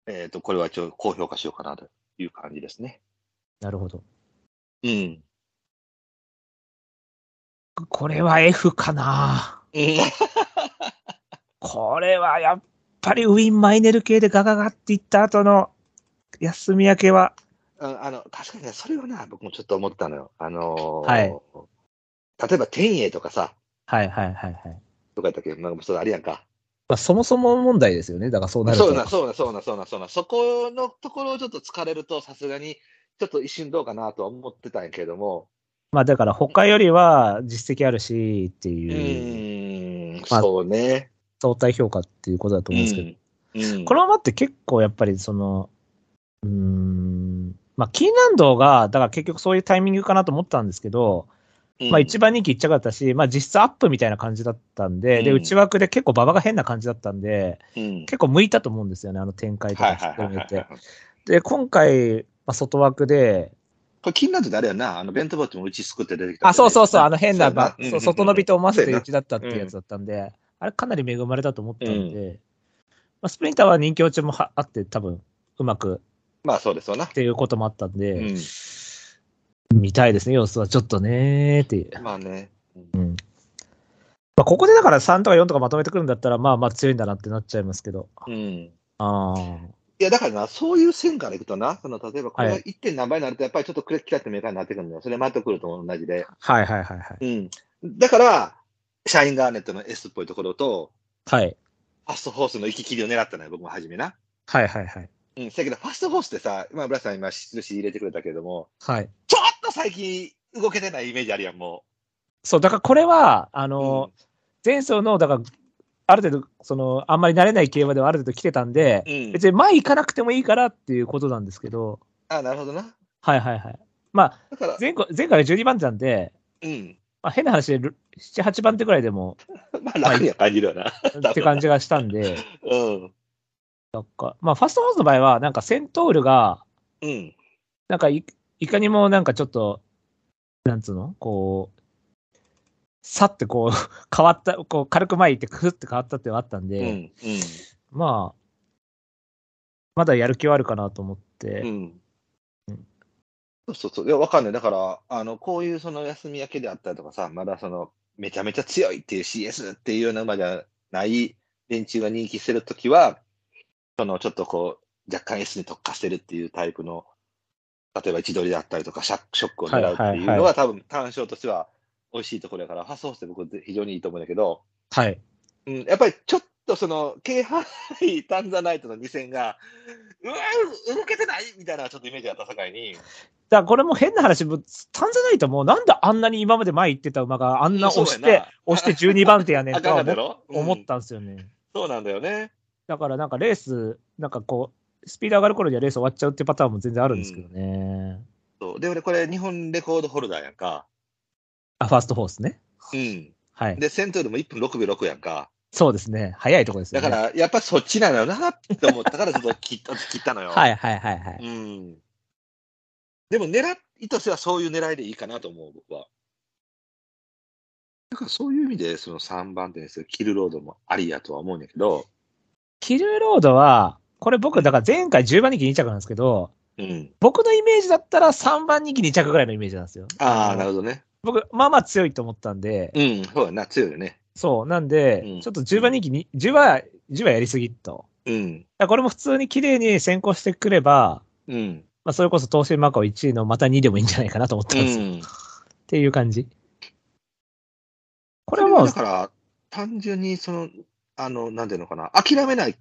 Speaker 2: えっ、と、これは一応高評価しようかなという感じですね。
Speaker 1: なるほど。
Speaker 2: うん。
Speaker 1: これは F かな
Speaker 2: うん
Speaker 1: これはやっぱりウィン・マイネル系でガガガっていった後の休み明けは、
Speaker 2: ああの、確かにね、それはな、僕もちょっと思ったのよ。あのー
Speaker 1: はい
Speaker 2: 例えば、天栄とかさ、
Speaker 1: はいはいはいはい。
Speaker 2: とかやったっけ、なんかそうあれやんか。
Speaker 1: まあ、そもそも問題ですよね。だからそうなると。
Speaker 2: そうな、そうな、そうな、そうな、そうな。そこのところをちょっと疲れると、さすがに、ちょっと一瞬どうかなとは思ってたんやけれども、
Speaker 1: まあだから他よりは実績あるしって
Speaker 2: う
Speaker 1: いう
Speaker 2: ーん、
Speaker 1: まあ
Speaker 2: そうね。
Speaker 1: 相対評価っていうことだと思うんですけど、
Speaker 2: うんうん
Speaker 1: このままって結構やっぱりその、うーん、まあ、キーランドが、だから結局そういうタイミングかなと思ったんですけど、まあ一番人気一着だったし、まあ実質アップみたいな感じだったんで、で、
Speaker 2: うん
Speaker 1: 内枠で結構馬場が変な感じだったんで、
Speaker 2: うん、
Speaker 1: 結構向いたと思うんですよね、あの展開とか
Speaker 2: はい
Speaker 1: 引っ
Speaker 2: はいはい
Speaker 1: 込
Speaker 2: は
Speaker 1: め
Speaker 2: い
Speaker 1: て。。で、今回、まあ、外枠で、
Speaker 2: これ気になってたあれやな、あの弁当ボッチもうちすくって出てきた。
Speaker 1: あ、そうそうそう、あの変な、
Speaker 2: そうや
Speaker 1: ば
Speaker 2: うん
Speaker 1: そう外伸びと思わせて
Speaker 2: そうや
Speaker 1: う
Speaker 2: な
Speaker 1: ちだったっていうやつだったんで、あれかなり恵まれたと思ったんで、まあ、スプリンターは人気落ちもはあって、多分うまく
Speaker 2: まあそうですよな
Speaker 1: っ。ていうこともあったんで、
Speaker 2: うん
Speaker 1: 見たいですね、様子はちょっとねーっていう。
Speaker 2: まあね。
Speaker 1: まあ、ここでだから3とか4とかまとめてくるんだったら、まあまあ強いんだなってなっちゃいますけど。
Speaker 2: うん。
Speaker 1: あー
Speaker 2: いや、だからな、そういう線からいくとな、その例えばこれ
Speaker 1: は
Speaker 2: が
Speaker 1: い
Speaker 2: 1. 点何倍になると、やっぱりちょっとクレッキラってメーカーになってくるんだよ。それ待ってくると同じで。
Speaker 1: はいはいはいはい。
Speaker 2: うん。だから、シャインガーネットの S っぽいところと、
Speaker 1: はい。
Speaker 2: ファストホースの息切りを狙ったのよ、僕も初めな。
Speaker 1: はいはいはい。
Speaker 2: うん。せやけど、ファストホースってさ、今、ブラスさん今、印入れてくれたけれども、
Speaker 1: はい。
Speaker 2: ちょっと最近動けてないイメージあるやん、も
Speaker 1: そう、だからこれは、あ
Speaker 2: う。
Speaker 1: の、前走の、だから、ある程度、その、あんまり慣れない競馬ではある程度来てたんで、
Speaker 2: うん。うん
Speaker 1: 別に前行かなくてもいいからっていうことなんですけど、
Speaker 2: あ、なるほどな。
Speaker 1: はいはいはい。まあ、
Speaker 2: だから、
Speaker 1: 前回前回が12番手なんで、
Speaker 2: うん。
Speaker 1: まあ、変な話でル7、8番手ぐらいで も、
Speaker 2: まあ、楽には感じるよな。
Speaker 1: って感じがしたんで、
Speaker 2: うん。
Speaker 1: なんかまあ、ファストホースの場合は、なんかセントールが、
Speaker 2: うん。
Speaker 1: なんかいいかにもなんかちょっと、なんつうのこう、さってこう、 変わった、こう、軽く前行って、くふって変わったっていうのがあったん
Speaker 2: う
Speaker 1: で、
Speaker 2: ん。
Speaker 1: まあ、まだやる気はあるかなと思って、
Speaker 2: うん。
Speaker 1: う
Speaker 2: うんん。そうそうそう。いや、わかんない。だから、あの、こういうその休み明けであったりとかさ、まだその、めちゃめちゃ強いっていう CS っていうような馬じゃない連中が人気してるときは、その、ちょっとこう、若干 S に特化してるっていうタイプの、例えば位置取りだったりとか、シャックショックを狙うっていう
Speaker 1: はいはい
Speaker 2: の
Speaker 1: は
Speaker 2: は、多分、単勝としては美味しいところだから、ファストホースって僕非常にいいと思うんだけど、
Speaker 1: はい。
Speaker 2: うん、やっぱりちょっとその、京阪杯タンザナイトの2戦が、うわー動けてないみたいなちょっとイメージだったさかいに、
Speaker 1: だからこれも変な話、もうタンザナイトもなんであんなに今まで前行ってた馬があんな押し
Speaker 2: そうや
Speaker 1: て
Speaker 2: な、
Speaker 1: 押して12番手やねん
Speaker 2: あ
Speaker 1: と
Speaker 2: かん
Speaker 1: は
Speaker 2: かったや
Speaker 1: 思
Speaker 2: ろ、
Speaker 1: 思っ
Speaker 2: うん
Speaker 1: たんですよね。
Speaker 2: そうなんだよね。
Speaker 1: だからなんかレース、なんかこう、スピード上がる頃にはレース終わっちゃうってパターンも全然あるんですけどね。
Speaker 2: そうで、俺、これ、日本レコードホルダーやんか。
Speaker 1: あ、ファーストホースね。
Speaker 2: うん。
Speaker 1: はい。
Speaker 2: で、セントルも1分6秒6やんか。
Speaker 1: そうですね。早いとこですよ
Speaker 2: だ
Speaker 1: ね。
Speaker 2: か、ら、やっぱそっちなのよなって思ったから、ちょっと切った切ったのよ。
Speaker 1: はいはいはいはい。
Speaker 2: うん。でも、狙いとしてはそういう狙いでいいかなと思う、僕は。だから、そういう意味で、その3番手ですよ、キルロードもありやとは思うんやけど、
Speaker 1: キルロードは、これ僕、だから前回10番人気2着なんですけど、
Speaker 2: うん。
Speaker 1: 僕のイメージだったら3番人気2着ぐらいのイメージなんですよ。
Speaker 2: ああ、なる
Speaker 1: ほど。
Speaker 2: ほどね。
Speaker 1: 僕、まあまあ強いと思ったんで、
Speaker 2: うん、そうやな、強いよね。
Speaker 1: そう、なんで、
Speaker 2: うん
Speaker 1: ちょっと10番人気に、10番、10番やりすぎと。
Speaker 2: う
Speaker 1: だ
Speaker 2: ん、
Speaker 1: からこれも普通に綺麗に先行してくれば、
Speaker 2: うん、
Speaker 1: まあそれこそ東進マカオ1位のまた2でもいいんじゃないかなと思った
Speaker 2: うん
Speaker 1: ですよ。っ
Speaker 2: ん。
Speaker 1: ていう感じ。こ
Speaker 2: こ
Speaker 1: れ
Speaker 2: れ
Speaker 1: はも
Speaker 2: は
Speaker 1: う
Speaker 2: だ、から、単純に、その、あの、なんていうのかな、諦めない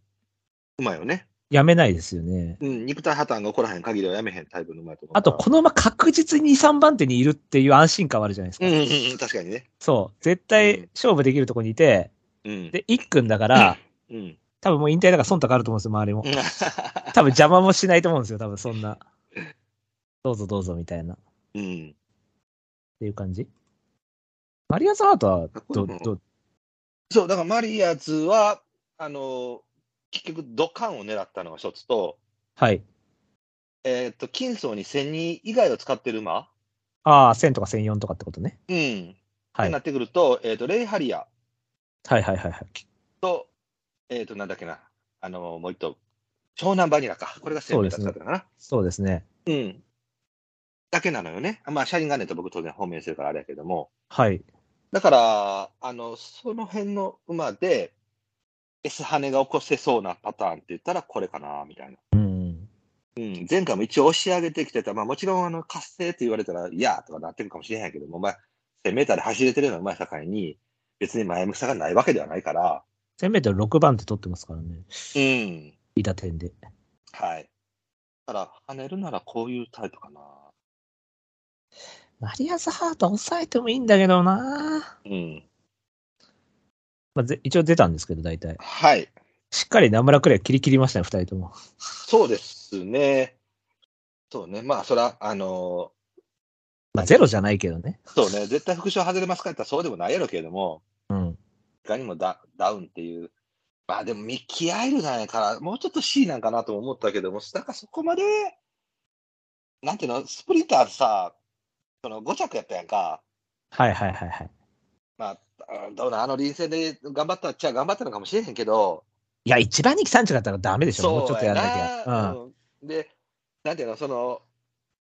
Speaker 2: 馬よね。
Speaker 1: やめないですよね。
Speaker 2: うん、肉体破綻が起こらへん限りはやめへんタイプの馬やと思う
Speaker 1: あと、
Speaker 2: から
Speaker 1: このまま確実に2、3番手にいるっていう安心感はあるじゃないですか。
Speaker 2: うん、うん、うん確かにね。
Speaker 1: そう。絶
Speaker 2: う
Speaker 1: 対
Speaker 2: ん
Speaker 1: 勝負できるとこにいて、
Speaker 2: うん。
Speaker 1: で、1君だから、
Speaker 2: うん。
Speaker 1: 多分もう引退だから忖度あると思うんですよ、周りも。多分邪魔もしないと思うんですよ、多分そんな。どうぞどうぞみたいな。っ
Speaker 2: うん。
Speaker 1: ていう感じ。マリアズハートはど、
Speaker 2: うん
Speaker 1: ど、
Speaker 2: そう、だからマリアーズは、あの、結局、ドカンを狙ったのが一つと、
Speaker 1: はい。
Speaker 2: えーっと、金層に千人以外を使ってる馬
Speaker 1: ああ、1000とか1004とかってことね。
Speaker 2: うん。っ
Speaker 1: は
Speaker 2: て
Speaker 1: い。
Speaker 2: な
Speaker 1: はい
Speaker 2: ってくると、えーっと、レイハリア。
Speaker 1: はいはいはい。
Speaker 2: と、えっ、と、なんだっけな、あのもう一頭、湘南バニラか。これが
Speaker 1: そう
Speaker 2: 1000
Speaker 1: で
Speaker 2: 名
Speaker 1: す
Speaker 2: だ
Speaker 1: ね
Speaker 2: ったかな。
Speaker 1: そうですね。
Speaker 2: うん。だけなのよね。まあ、シャインガーネット僕当然方面するからあれやけども。
Speaker 1: はい。
Speaker 2: だから、あの、その辺の馬で、S 羽が起こせそうなパターンって言ったらこれかな、みたいな。
Speaker 1: うん。
Speaker 2: うん。前回も一応押し上げてきてた。まあ、もちろん、あの、活性って言われたら、いやーとかなってるかもしれへんけども、まあ、1000メーターで走れてるような馬やさかいに、別に前向きさがないわけではないから、
Speaker 1: 1000m6 番手取ってますからね。
Speaker 2: うん。
Speaker 1: いた点で。
Speaker 2: はい。だから、跳ねるならこういうタイプかな。
Speaker 1: マリアズハートは抑えてもいいんだけどな
Speaker 2: うん。
Speaker 1: まあ、ぜ一応出たんですけど、大体。
Speaker 2: はい。
Speaker 1: しっかり名村くらい切り切りましたね、二人とも。
Speaker 2: そうですね。そうね。まあ、そら、あの
Speaker 1: まあ、ゼロじゃないけどね。
Speaker 2: ーそうね。絶対副賞外れますかって言ったらそうでもないやろうけれども、
Speaker 1: うん。
Speaker 2: いかにもダダウンっていう。まあ、でもミッキーアイルなんやから、もうちょっと C なんかなとも思ったけども、なんかそこまで、なんていうの、スプリンターさ、その5着やったやんか。
Speaker 1: はいはいはいはい。
Speaker 2: まあ、うんどうなんあの臨戦で頑張ったっちゃ頑張ったのかもしれへんけど、
Speaker 1: いや、一番人気三着だったらダメでしょ。もうちょっとやらなき
Speaker 2: そうや
Speaker 1: ゃ。
Speaker 2: なうんで、なんていうの、その、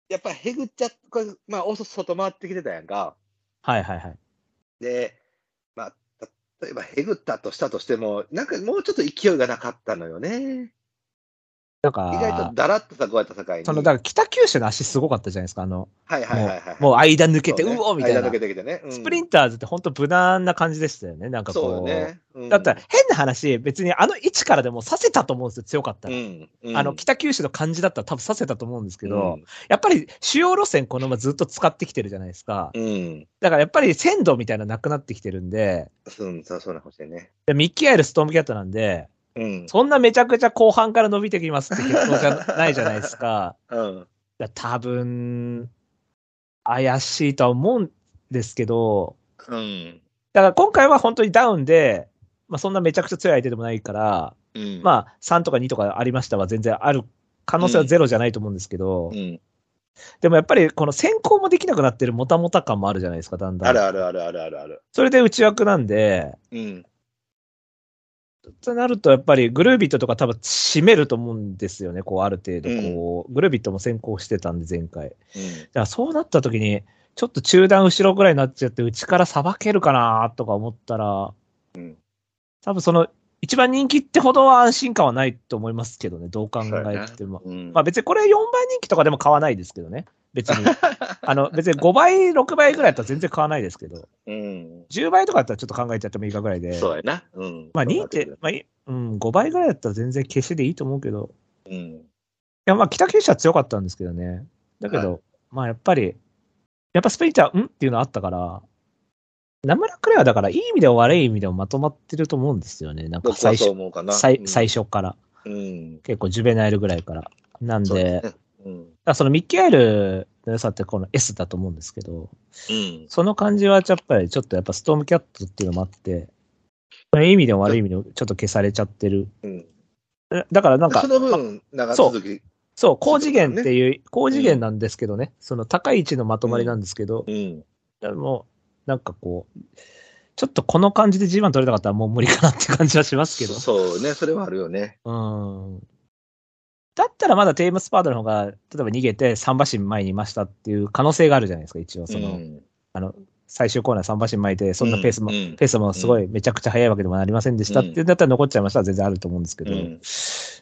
Speaker 2: やっぱへぐっちゃ、これまあ、おそ外回ってきてたやんか。
Speaker 1: はいはいはい。
Speaker 2: で、まあ、例えばへぐったとしたとしても、なんかもうちょっと勢いがなかったのよね。
Speaker 1: なん
Speaker 2: 意外と
Speaker 1: か、
Speaker 2: だらっとさ、こうやった境に。
Speaker 1: その、だから北九州の足すごかったじゃないですか。あの、
Speaker 2: はいはいはいはい。
Speaker 1: もう
Speaker 2: う
Speaker 1: 間抜けて、うおーみたいな
Speaker 2: 間抜。けてきてね。うん
Speaker 1: スプリンターズって本当無難な感じでしたよね。なんか
Speaker 2: そうよ
Speaker 1: こう。
Speaker 2: ね。うん
Speaker 1: だったら変な話、別にあの位置からでもさせたと思うんですよ、強かった
Speaker 2: う
Speaker 1: ら。
Speaker 2: んうん
Speaker 1: あの、北九州の感じだったら多分させたと思うんですけど、
Speaker 2: うん
Speaker 1: やっぱり主要路線このままずっと使ってきてるじゃないですか。
Speaker 2: うん。
Speaker 1: だからやっぱり鮮度みたいなのなくなってきてるんで、
Speaker 2: うん、そうそうなほしいね。
Speaker 1: でミッキーアイルストームキャットなんで、
Speaker 2: うん。
Speaker 1: そんなめちゃくちゃ後半から伸びてきますって結構じゃないじゃないですか。
Speaker 2: うん。
Speaker 1: だから多分、怪しいとは思うんですけど、
Speaker 2: うん。
Speaker 1: だから今回は本当にダウンで、まあそんなめちゃくちゃ強い相手でもないから、
Speaker 2: うん。あ、
Speaker 1: まあ3とか2とかありましたは全然ある可能性はゼロじゃないと思うんですけど、
Speaker 2: うん。
Speaker 1: でもやっぱりこの先行もできなくなってるもたもた感もあるじゃないですか、だんだ
Speaker 2: あ
Speaker 1: ん
Speaker 2: る。あるあるあるあるある。
Speaker 1: それで内枠なんで、
Speaker 2: うん。
Speaker 1: となるとやっぱりグルービットとか多分締めると思うんですよね、こうある程度こう、グルービットも先行してたんで前回。
Speaker 2: うん
Speaker 1: だからそうなった時に、ちょっと中段後ろぐらいになっちゃって、内からさばけるかなとか思ったら、
Speaker 2: うん
Speaker 1: 多分その、一番人気ってほどは安心感はないと思いますけどね、どう考えても。
Speaker 2: うん
Speaker 1: まあ別にこれ4倍人気とかでも買わないですけどね、別 に。あの、別に5倍、6倍ぐらいだったら全然買わないですけど、
Speaker 2: うん。
Speaker 1: 10倍とかだったらちょっと考えちゃってもいいかぐらいで。
Speaker 2: そうやな。うん。
Speaker 1: まあ
Speaker 2: そう
Speaker 1: 2
Speaker 2: な
Speaker 1: っ
Speaker 2: って
Speaker 1: て
Speaker 2: くる、
Speaker 1: まあいうん、5倍ぐらいだったら全然消しでいいと思うけど、
Speaker 2: うん。
Speaker 1: いや、まあ、北九州は強かったんですけどね。だけど、
Speaker 2: は
Speaker 1: まあ、やっぱり、やっぱスプリンター、んっていうのあったから、名村くらいはだから、いい意味でも悪い意味でもまとまってると思うんですよね。なんか
Speaker 2: 僕は
Speaker 1: 最
Speaker 2: そう
Speaker 1: 初、
Speaker 2: 思うかな。
Speaker 1: 最
Speaker 2: うん
Speaker 1: 最。初から。
Speaker 2: うん。
Speaker 1: 結構、ジュベナイルぐらいから。なん
Speaker 2: そう
Speaker 1: で、
Speaker 2: すね。うん。
Speaker 1: そそのミッキーアイルの良さってこの S だと思うんですけど、
Speaker 2: うん。
Speaker 1: その感じはやっぱりちょっとやっぱストームキャットっていうのもあって、まあいい意味でも悪い意味でもちょっと消されちゃってる。
Speaker 2: うん
Speaker 1: えだからなんか、
Speaker 2: その分、長続き。
Speaker 1: そう、高次元っていう、高次元なんですけどね、その高い位置のまとまりなんですけど、
Speaker 2: うん。
Speaker 1: でも、なんかこう、ちょっとこの感じで G1 取れなかったらもう無理かなって感じはしますけど。
Speaker 2: そうね、それはあるよね。
Speaker 1: うん。だったらまだテームスパートの方が、例えば逃げて3馬身前にいましたっていう可能性があるじゃないですか、一応。その、
Speaker 2: うん
Speaker 1: 最終コーナー3馬身前で、そんなペースも、
Speaker 2: うん
Speaker 1: ペースもすごいめちゃくちゃ速いわけでもありませんでしたって、
Speaker 2: う
Speaker 1: だったら残っちゃいましたら全然あると思うんですけ
Speaker 2: う
Speaker 1: ど、
Speaker 2: ん。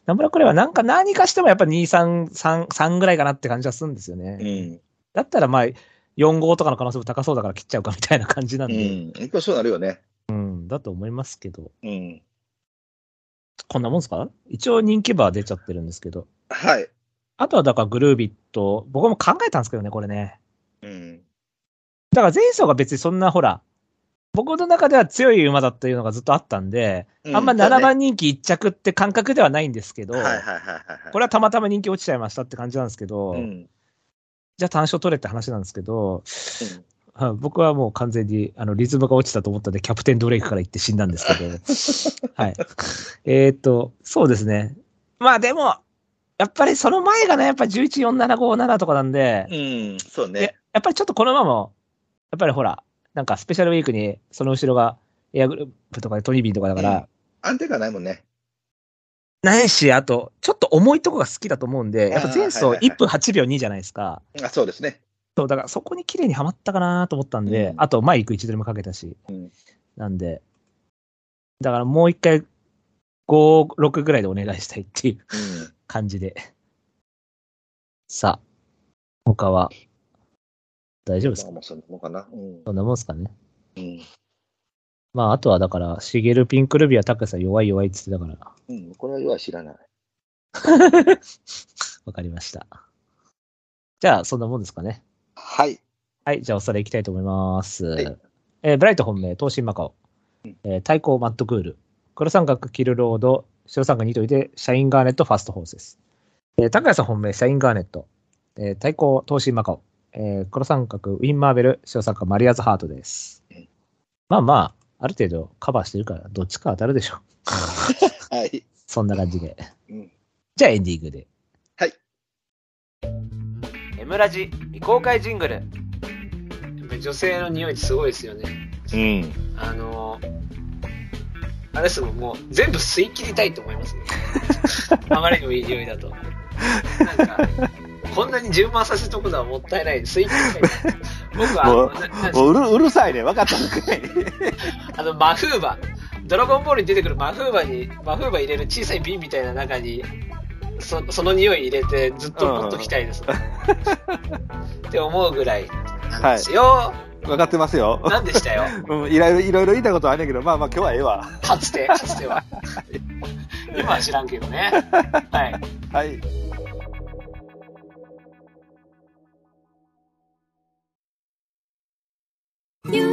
Speaker 1: ナムラクレイはなんか何かしてもやっぱ2、3、3、3ぐらいかなって感じはするんですよね。
Speaker 2: うん。
Speaker 1: だったらまあ、4号とかの可能性も高そうだから切っちゃうかみたいな感じなん
Speaker 2: う
Speaker 1: で、
Speaker 2: ん。一個そうなるよね。
Speaker 1: うん、だと思いますけど、
Speaker 2: うん。
Speaker 1: こんなもんですか一応人気馬は出ちゃってるんですけど、
Speaker 2: はい。
Speaker 1: あとはだからグルービット、僕も考えたんですけどね、これね。
Speaker 2: うん。
Speaker 1: だから前走が別にそんなほら、僕の中では強い馬だっていうのがずっとあったんで、あんま7番人気1着って感覚ではないんですけど、
Speaker 2: はいはいはいはい。
Speaker 1: これはたまたま人気落ちちゃいましたって感じなんですけど、
Speaker 2: うん。
Speaker 1: じゃあ単勝取れって話なんですけど、はい僕はもう完全にあのリズムが落ちたと思ったんで、キャプテンドレイクから言って死んだんです けど、はい。えーっと、そうですね。まあでも、やっぱりその前がね、やっぱ11、4、7、5、7とかなんで、
Speaker 2: うん。そう
Speaker 1: や
Speaker 2: ね。
Speaker 1: やっぱりちょっとこのままも、やっぱりほら、なんかスペシャルウィークに、その後ろがエアグループとかでトニービンとかだから、
Speaker 2: うん安定感ないもんね。
Speaker 1: ないし、あと、ちょっと重いとこが好きだと思うんで、やっぱ前走
Speaker 2: あーはいはいはい
Speaker 1: 1分8秒2じゃないですか。
Speaker 2: あ、そうですね。
Speaker 1: そう、だからそこに綺麗にはまったかなと思ったんで、
Speaker 2: うん
Speaker 1: あと前行く1ドルもかけたし、
Speaker 2: うん
Speaker 1: なんで、だからもう一回、5、6ぐらいでお願いしたいっていう
Speaker 2: うん。
Speaker 1: 感じで。 さあ、他は、大丈夫です
Speaker 2: ま
Speaker 1: か
Speaker 2: あもうそんなもんかな。うん
Speaker 1: そんなもんですかね。
Speaker 2: うん。
Speaker 1: まあ、あとはだから、シゲルピンクルビア、タクさん弱い弱いって言ってたから、
Speaker 2: うん。これはよは知らない。
Speaker 1: わかりました。じゃあ、そんなもんですかね。
Speaker 2: はい。
Speaker 1: はい、じゃあおさらい行きたいと思います。
Speaker 2: はい
Speaker 1: えーブライト本命、東進マカオ、えー対抗マットクール、黒三角キルロード、塩さんがニトリで、シャインガーネット、ファストホースです。えー、高谷さん本命、シャインガーネット。えー、対抗、東進マカオ。えー、黒三角、ウィン・マーベル、塩さんがマリアーズ・ハートです
Speaker 2: うん。
Speaker 1: まあまあ、ある程度カバーしてるから、どっちか当たるでしょ。
Speaker 2: はい。
Speaker 1: そんな感じで。
Speaker 2: うん
Speaker 1: じゃあエンディングで。
Speaker 3: エムラジ未公開ジングル
Speaker 4: やっぱり女性の匂いってすごいですよね。
Speaker 2: うん。
Speaker 4: あのー、あれですもん、もう全部吸い切りたいと思います ね。あまりにもいい匂いだと。なんか、こんなに充満させるとこのはもったいない。吸い切りたい。僕はあ
Speaker 2: も
Speaker 4: の
Speaker 2: う
Speaker 4: ななんです
Speaker 2: もううるうるさいね。分かったのかいね。
Speaker 4: あの、マフーバ。ドラゴンボールに出てくるマフーバに、マフーバ入れる小さい瓶みたいな中に、そその匂い入れてずっと持っときたいです。って思うぐらいなんですよ。
Speaker 2: 分かってますよ。
Speaker 4: なんでしたよ。
Speaker 2: うん、いろいろいろいろ言いたいことはあんねんけど、まあまあ今日はええわ。
Speaker 4: かつて、かつては。今は知らんけどね。はい。
Speaker 2: はい。
Speaker 5: 夕暮れ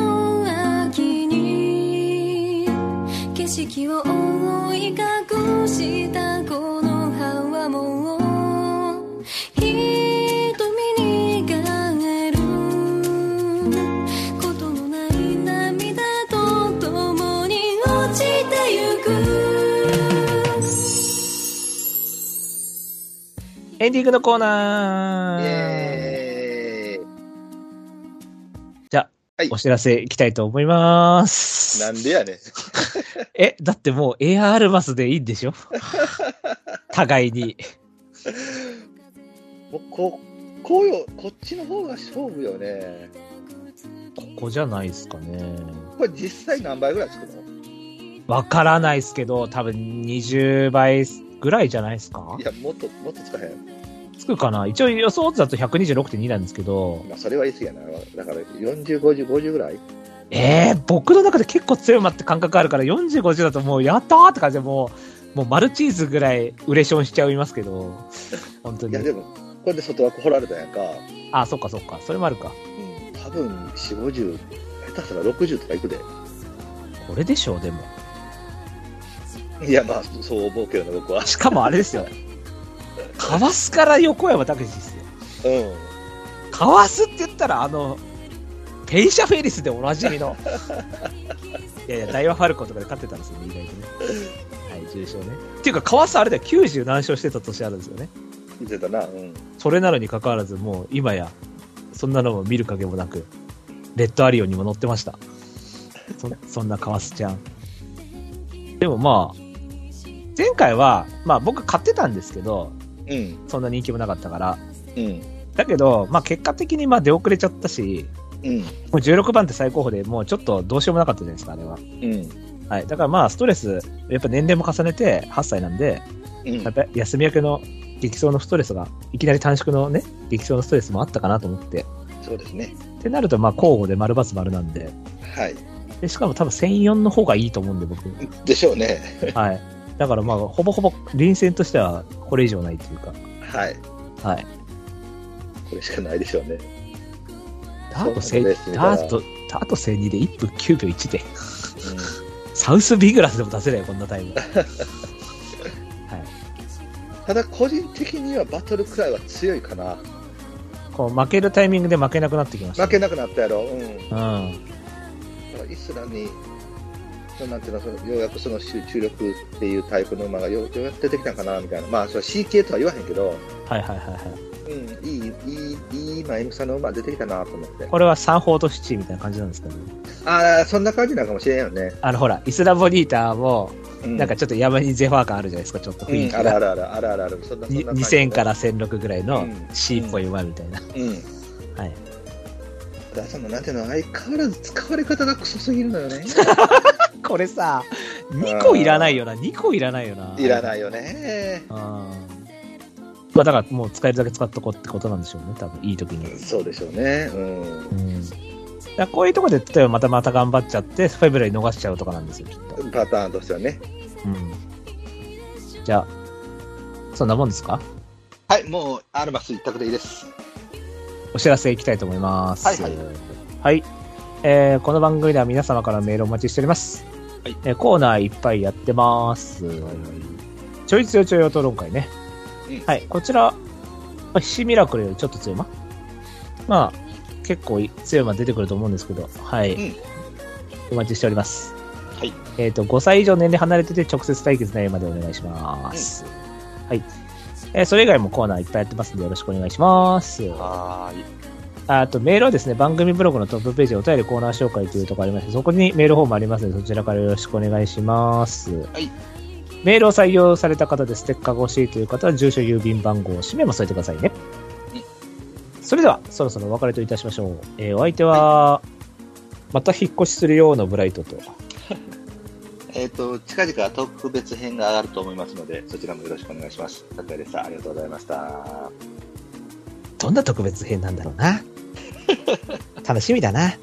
Speaker 5: の秋に景色を覆い隠したこの葉はもう瞳に輝えることのない涙と共に落ちてゆく
Speaker 1: エンディングのコーナー
Speaker 2: え
Speaker 1: じゃあ、
Speaker 2: はい
Speaker 1: お知らせいきたいと思います。
Speaker 2: なんでやねん。
Speaker 1: え、だってもうエアアルバスでいいんでし ょ互いに。
Speaker 2: もうこ、こうよ、こっちの方が勝負よね。
Speaker 1: ここじゃないですかね。
Speaker 2: これ実際何倍ぐらい作るの
Speaker 1: わからないですけど、多分20倍ぐらいじゃないですか
Speaker 2: いや、もっと、もっと使えへん。
Speaker 1: つくかな一応予想図だと126.2なんですけど、
Speaker 2: まあ、それは言い過ぎやな。だから、40、50、50ぐらい
Speaker 1: えー、僕の中で結構強い馬って感覚あるから、40、50だともうやったーって感じでもう、もうマルチーズぐらいウレションしちゃいますけど、本当
Speaker 2: い
Speaker 1: に
Speaker 2: や、。でも、これで外枠掘られたやんか。
Speaker 1: あ、そっかそっか。それもあるか。
Speaker 2: うん、多分、4、50、下手したら60とかいくで。
Speaker 1: これでしょう、でも。
Speaker 2: いや、まあ、そう思うけどね、僕は。
Speaker 1: しかもあれですよ。かわすから横山武史ですよ。
Speaker 2: うん。
Speaker 1: かわすって言ったら、あの、ペイシャフェリスでおなじみの。いやいや、ダイワファルコンとかで勝ってたんですよね、意外とね。はい、重賞ね。っていうか、かわすあれだよ、90何勝してた年あるんですよね。
Speaker 2: 言ってたな。うん。
Speaker 1: それなのに関わらず、もう今や、そんなのも見る影もなく、レッドアリオンにも乗ってました。そそんなカワスちゃん。でもまあ、前回は、まあ僕買ってたんですけど、
Speaker 2: うん。
Speaker 1: そんな人気もなかったから。
Speaker 2: うん。
Speaker 1: だけど、まあ結果的にまあ出遅れちゃったし、
Speaker 2: うん。
Speaker 1: もう16番って最高峰でもうちょっとどうしようもなかったじゃないですか、あれは。
Speaker 2: うん。
Speaker 1: はい。だからまあストレス、やっぱ年齢も重ねて8歳なんで、
Speaker 2: うん
Speaker 1: やっ。ぱり休み明けの激走のストレスが、いきなり短縮のね、激走のストレスもあったかなと思って。
Speaker 2: そうですね。
Speaker 1: ってなると、まあ、交互で丸×丸なんで。
Speaker 2: はい。
Speaker 1: で、しかも多分1004の方がいいと思うんで、 僕。
Speaker 2: でしょうね。
Speaker 1: はい。だからまあ、ほぼほぼ、臨戦としては、これ以上ないというか。
Speaker 2: はい。
Speaker 1: はい。
Speaker 2: これしかないでしょうね。
Speaker 1: ダート
Speaker 2: そうで
Speaker 1: 1000、
Speaker 2: すね
Speaker 1: ダート、ダート1002で1分9秒1で。サウスビグラスでも出せないよ、こんな タイム。はい。
Speaker 2: ただ個人的にはバトルくらいは強いかな。
Speaker 1: こう、負けるタイミングで負けなくなってきました、
Speaker 2: 負けなくなったやろ。うん。
Speaker 1: うん。
Speaker 2: だからイスラに、そのなんていうの、そのようやくその集中力っていうタイプの馬がようようやく出てきたかな、みたいな。まあ、それは CK とは言わへんけど、
Speaker 1: はいはいはいはい。
Speaker 2: うん、いい、いい、いい、まあ、M さんの馬出てきたなと思って。
Speaker 1: これは3法と七みたいな感じなんですかね。
Speaker 2: ああ、そんな感じなんかもしれんよね。
Speaker 1: あの、ほら、イスラボニーターも、
Speaker 2: う
Speaker 1: なんか、ちょっと山にゼファー感あるじゃないですか、ちょっと
Speaker 2: う
Speaker 1: 雰囲
Speaker 2: ん、
Speaker 1: 気
Speaker 2: ある
Speaker 1: が
Speaker 2: あ。るある、あるあるある、そんな、そんな感じ、
Speaker 1: 2000から1006ぐらいうの
Speaker 2: ん
Speaker 1: C っぽい馬みた いな。
Speaker 2: うん。
Speaker 1: はい。
Speaker 2: ただそのなんていうの相変わらず使われ方がクソすぎるの よね
Speaker 1: これさ、2個いらないよな、2個いらないよな。
Speaker 2: いら
Speaker 1: い。
Speaker 2: ないよね
Speaker 1: うん。まあだからもう使えるだけ使っとこうってことなんでしょうね、多分いい時に。
Speaker 2: そうでしょうねう
Speaker 1: うんん。だからこういうとこで、例えばまたまた頑張っちゃって、フェブラリー逃しちゃうとかなんですよ、きっと。
Speaker 2: パターンとしてはね
Speaker 1: うん。じゃあ、そんなもんですか
Speaker 2: はいもうアルバス一択でいいです
Speaker 1: お知らせいきたいと思います。
Speaker 2: はいはい
Speaker 1: はいえーこの番組では皆様からメールをお待ちしております。
Speaker 2: はい
Speaker 1: えーコーナーいっぱいやってます。ちょい強ちょい討論会ね。
Speaker 2: うん
Speaker 1: はい、こちら、まあ、ひしミラクルよりちょっと強いま。まあ、結構強いま出てくると思うんですけど、はい。
Speaker 2: うん
Speaker 1: お待ちしております。
Speaker 2: はい。
Speaker 1: えっ、と、5歳以上年齢離れてて直接対決ないまでお願いします。はい。えーそれ以外もコーナーいっぱいやってますんでよろしくお願いします。
Speaker 2: はーい。
Speaker 1: あとメールはですね、番組ブログのトップページお便りコーナー紹介というところありまして、そこにメールフォームありますので、そちらからよろしくお願いします。
Speaker 2: い
Speaker 1: メールを採用された方でステッカーが欲しいという方は、住所、郵便番号、氏名も添えてくださいね。それでは、そろそろお別れといたしましょう。えーお相手は、また引っ越しするようなブライトと、
Speaker 2: えっ、と、近々特別編が上がると思いますので、そちらもよろしくお願いします。拓也でした。ありがとうございました。
Speaker 1: どんな特別編なんだろうな。楽しみだな。